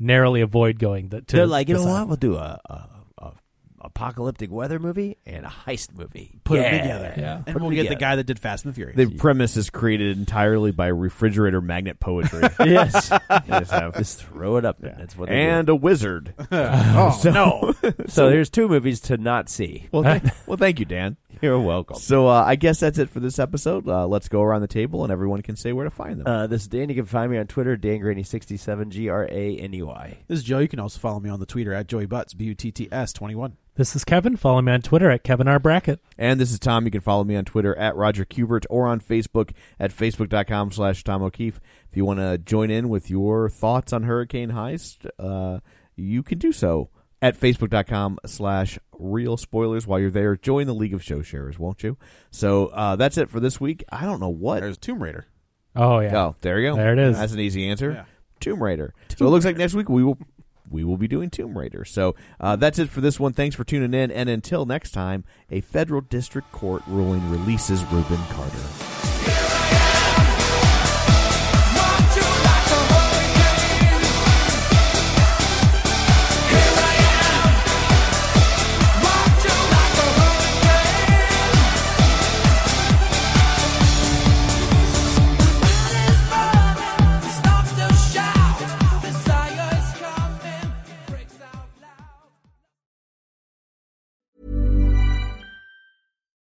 C: narrowly avoid going. The, uh, to
D: They're like, you
C: the
D: know
C: sci-fi."
D: what? We'll do a, a, a apocalyptic weather movie and a heist movie.
B: Put 'em
D: Yeah.
B: together.
D: Yeah.
B: And
D: Put 'em
B: we'll get the
D: together.
B: guy that did Fast and the Furious.
E: The premise is created entirely by refrigerator magnet poetry. [laughs]
D: [laughs] Yes.
E: They just have-
D: Just throw it up. That's what they
E: and a wizard.
B: oh no!
D: do. [laughs] So here's two movies to not see.
E: [laughs] Well, th- well, thank you, [laughs] Dan.
D: You're welcome.
E: So uh, I guess that's it for this episode. Uh, let's go around the table and everyone can say where to find them.
D: Uh, this is Dan. You can find me on Twitter, DanGraney67, G R A N E Y.
B: This is Joe. You can also follow me on the Twitter at Joey Butts B U T T S twenty one.
C: This is Kevin. Follow me on Twitter at Kevin R Brackett.
E: and this is Tom. You can follow me on Twitter at Roger Kubert or on Facebook at facebook.com slash Tom O'Keefe. If you want to join in with your thoughts on Hurricane Heist, uh, you can do so at facebook.com slash real spoilers while you're there join the league of show sharers won't you so uh, that's it for this week i don't know what
B: There's Tomb Raider.
C: Oh yeah,
E: Oh, there you go.
C: There it is.
E: That's an easy answer.
B: Yeah.
E: Tomb Raider. so it looks like next week we will we will be doing Tomb Raider. So uh, that's it for this one. Thanks for tuning in, and until next time, a federal district court ruling releases Reuben Carter.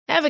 F: Ever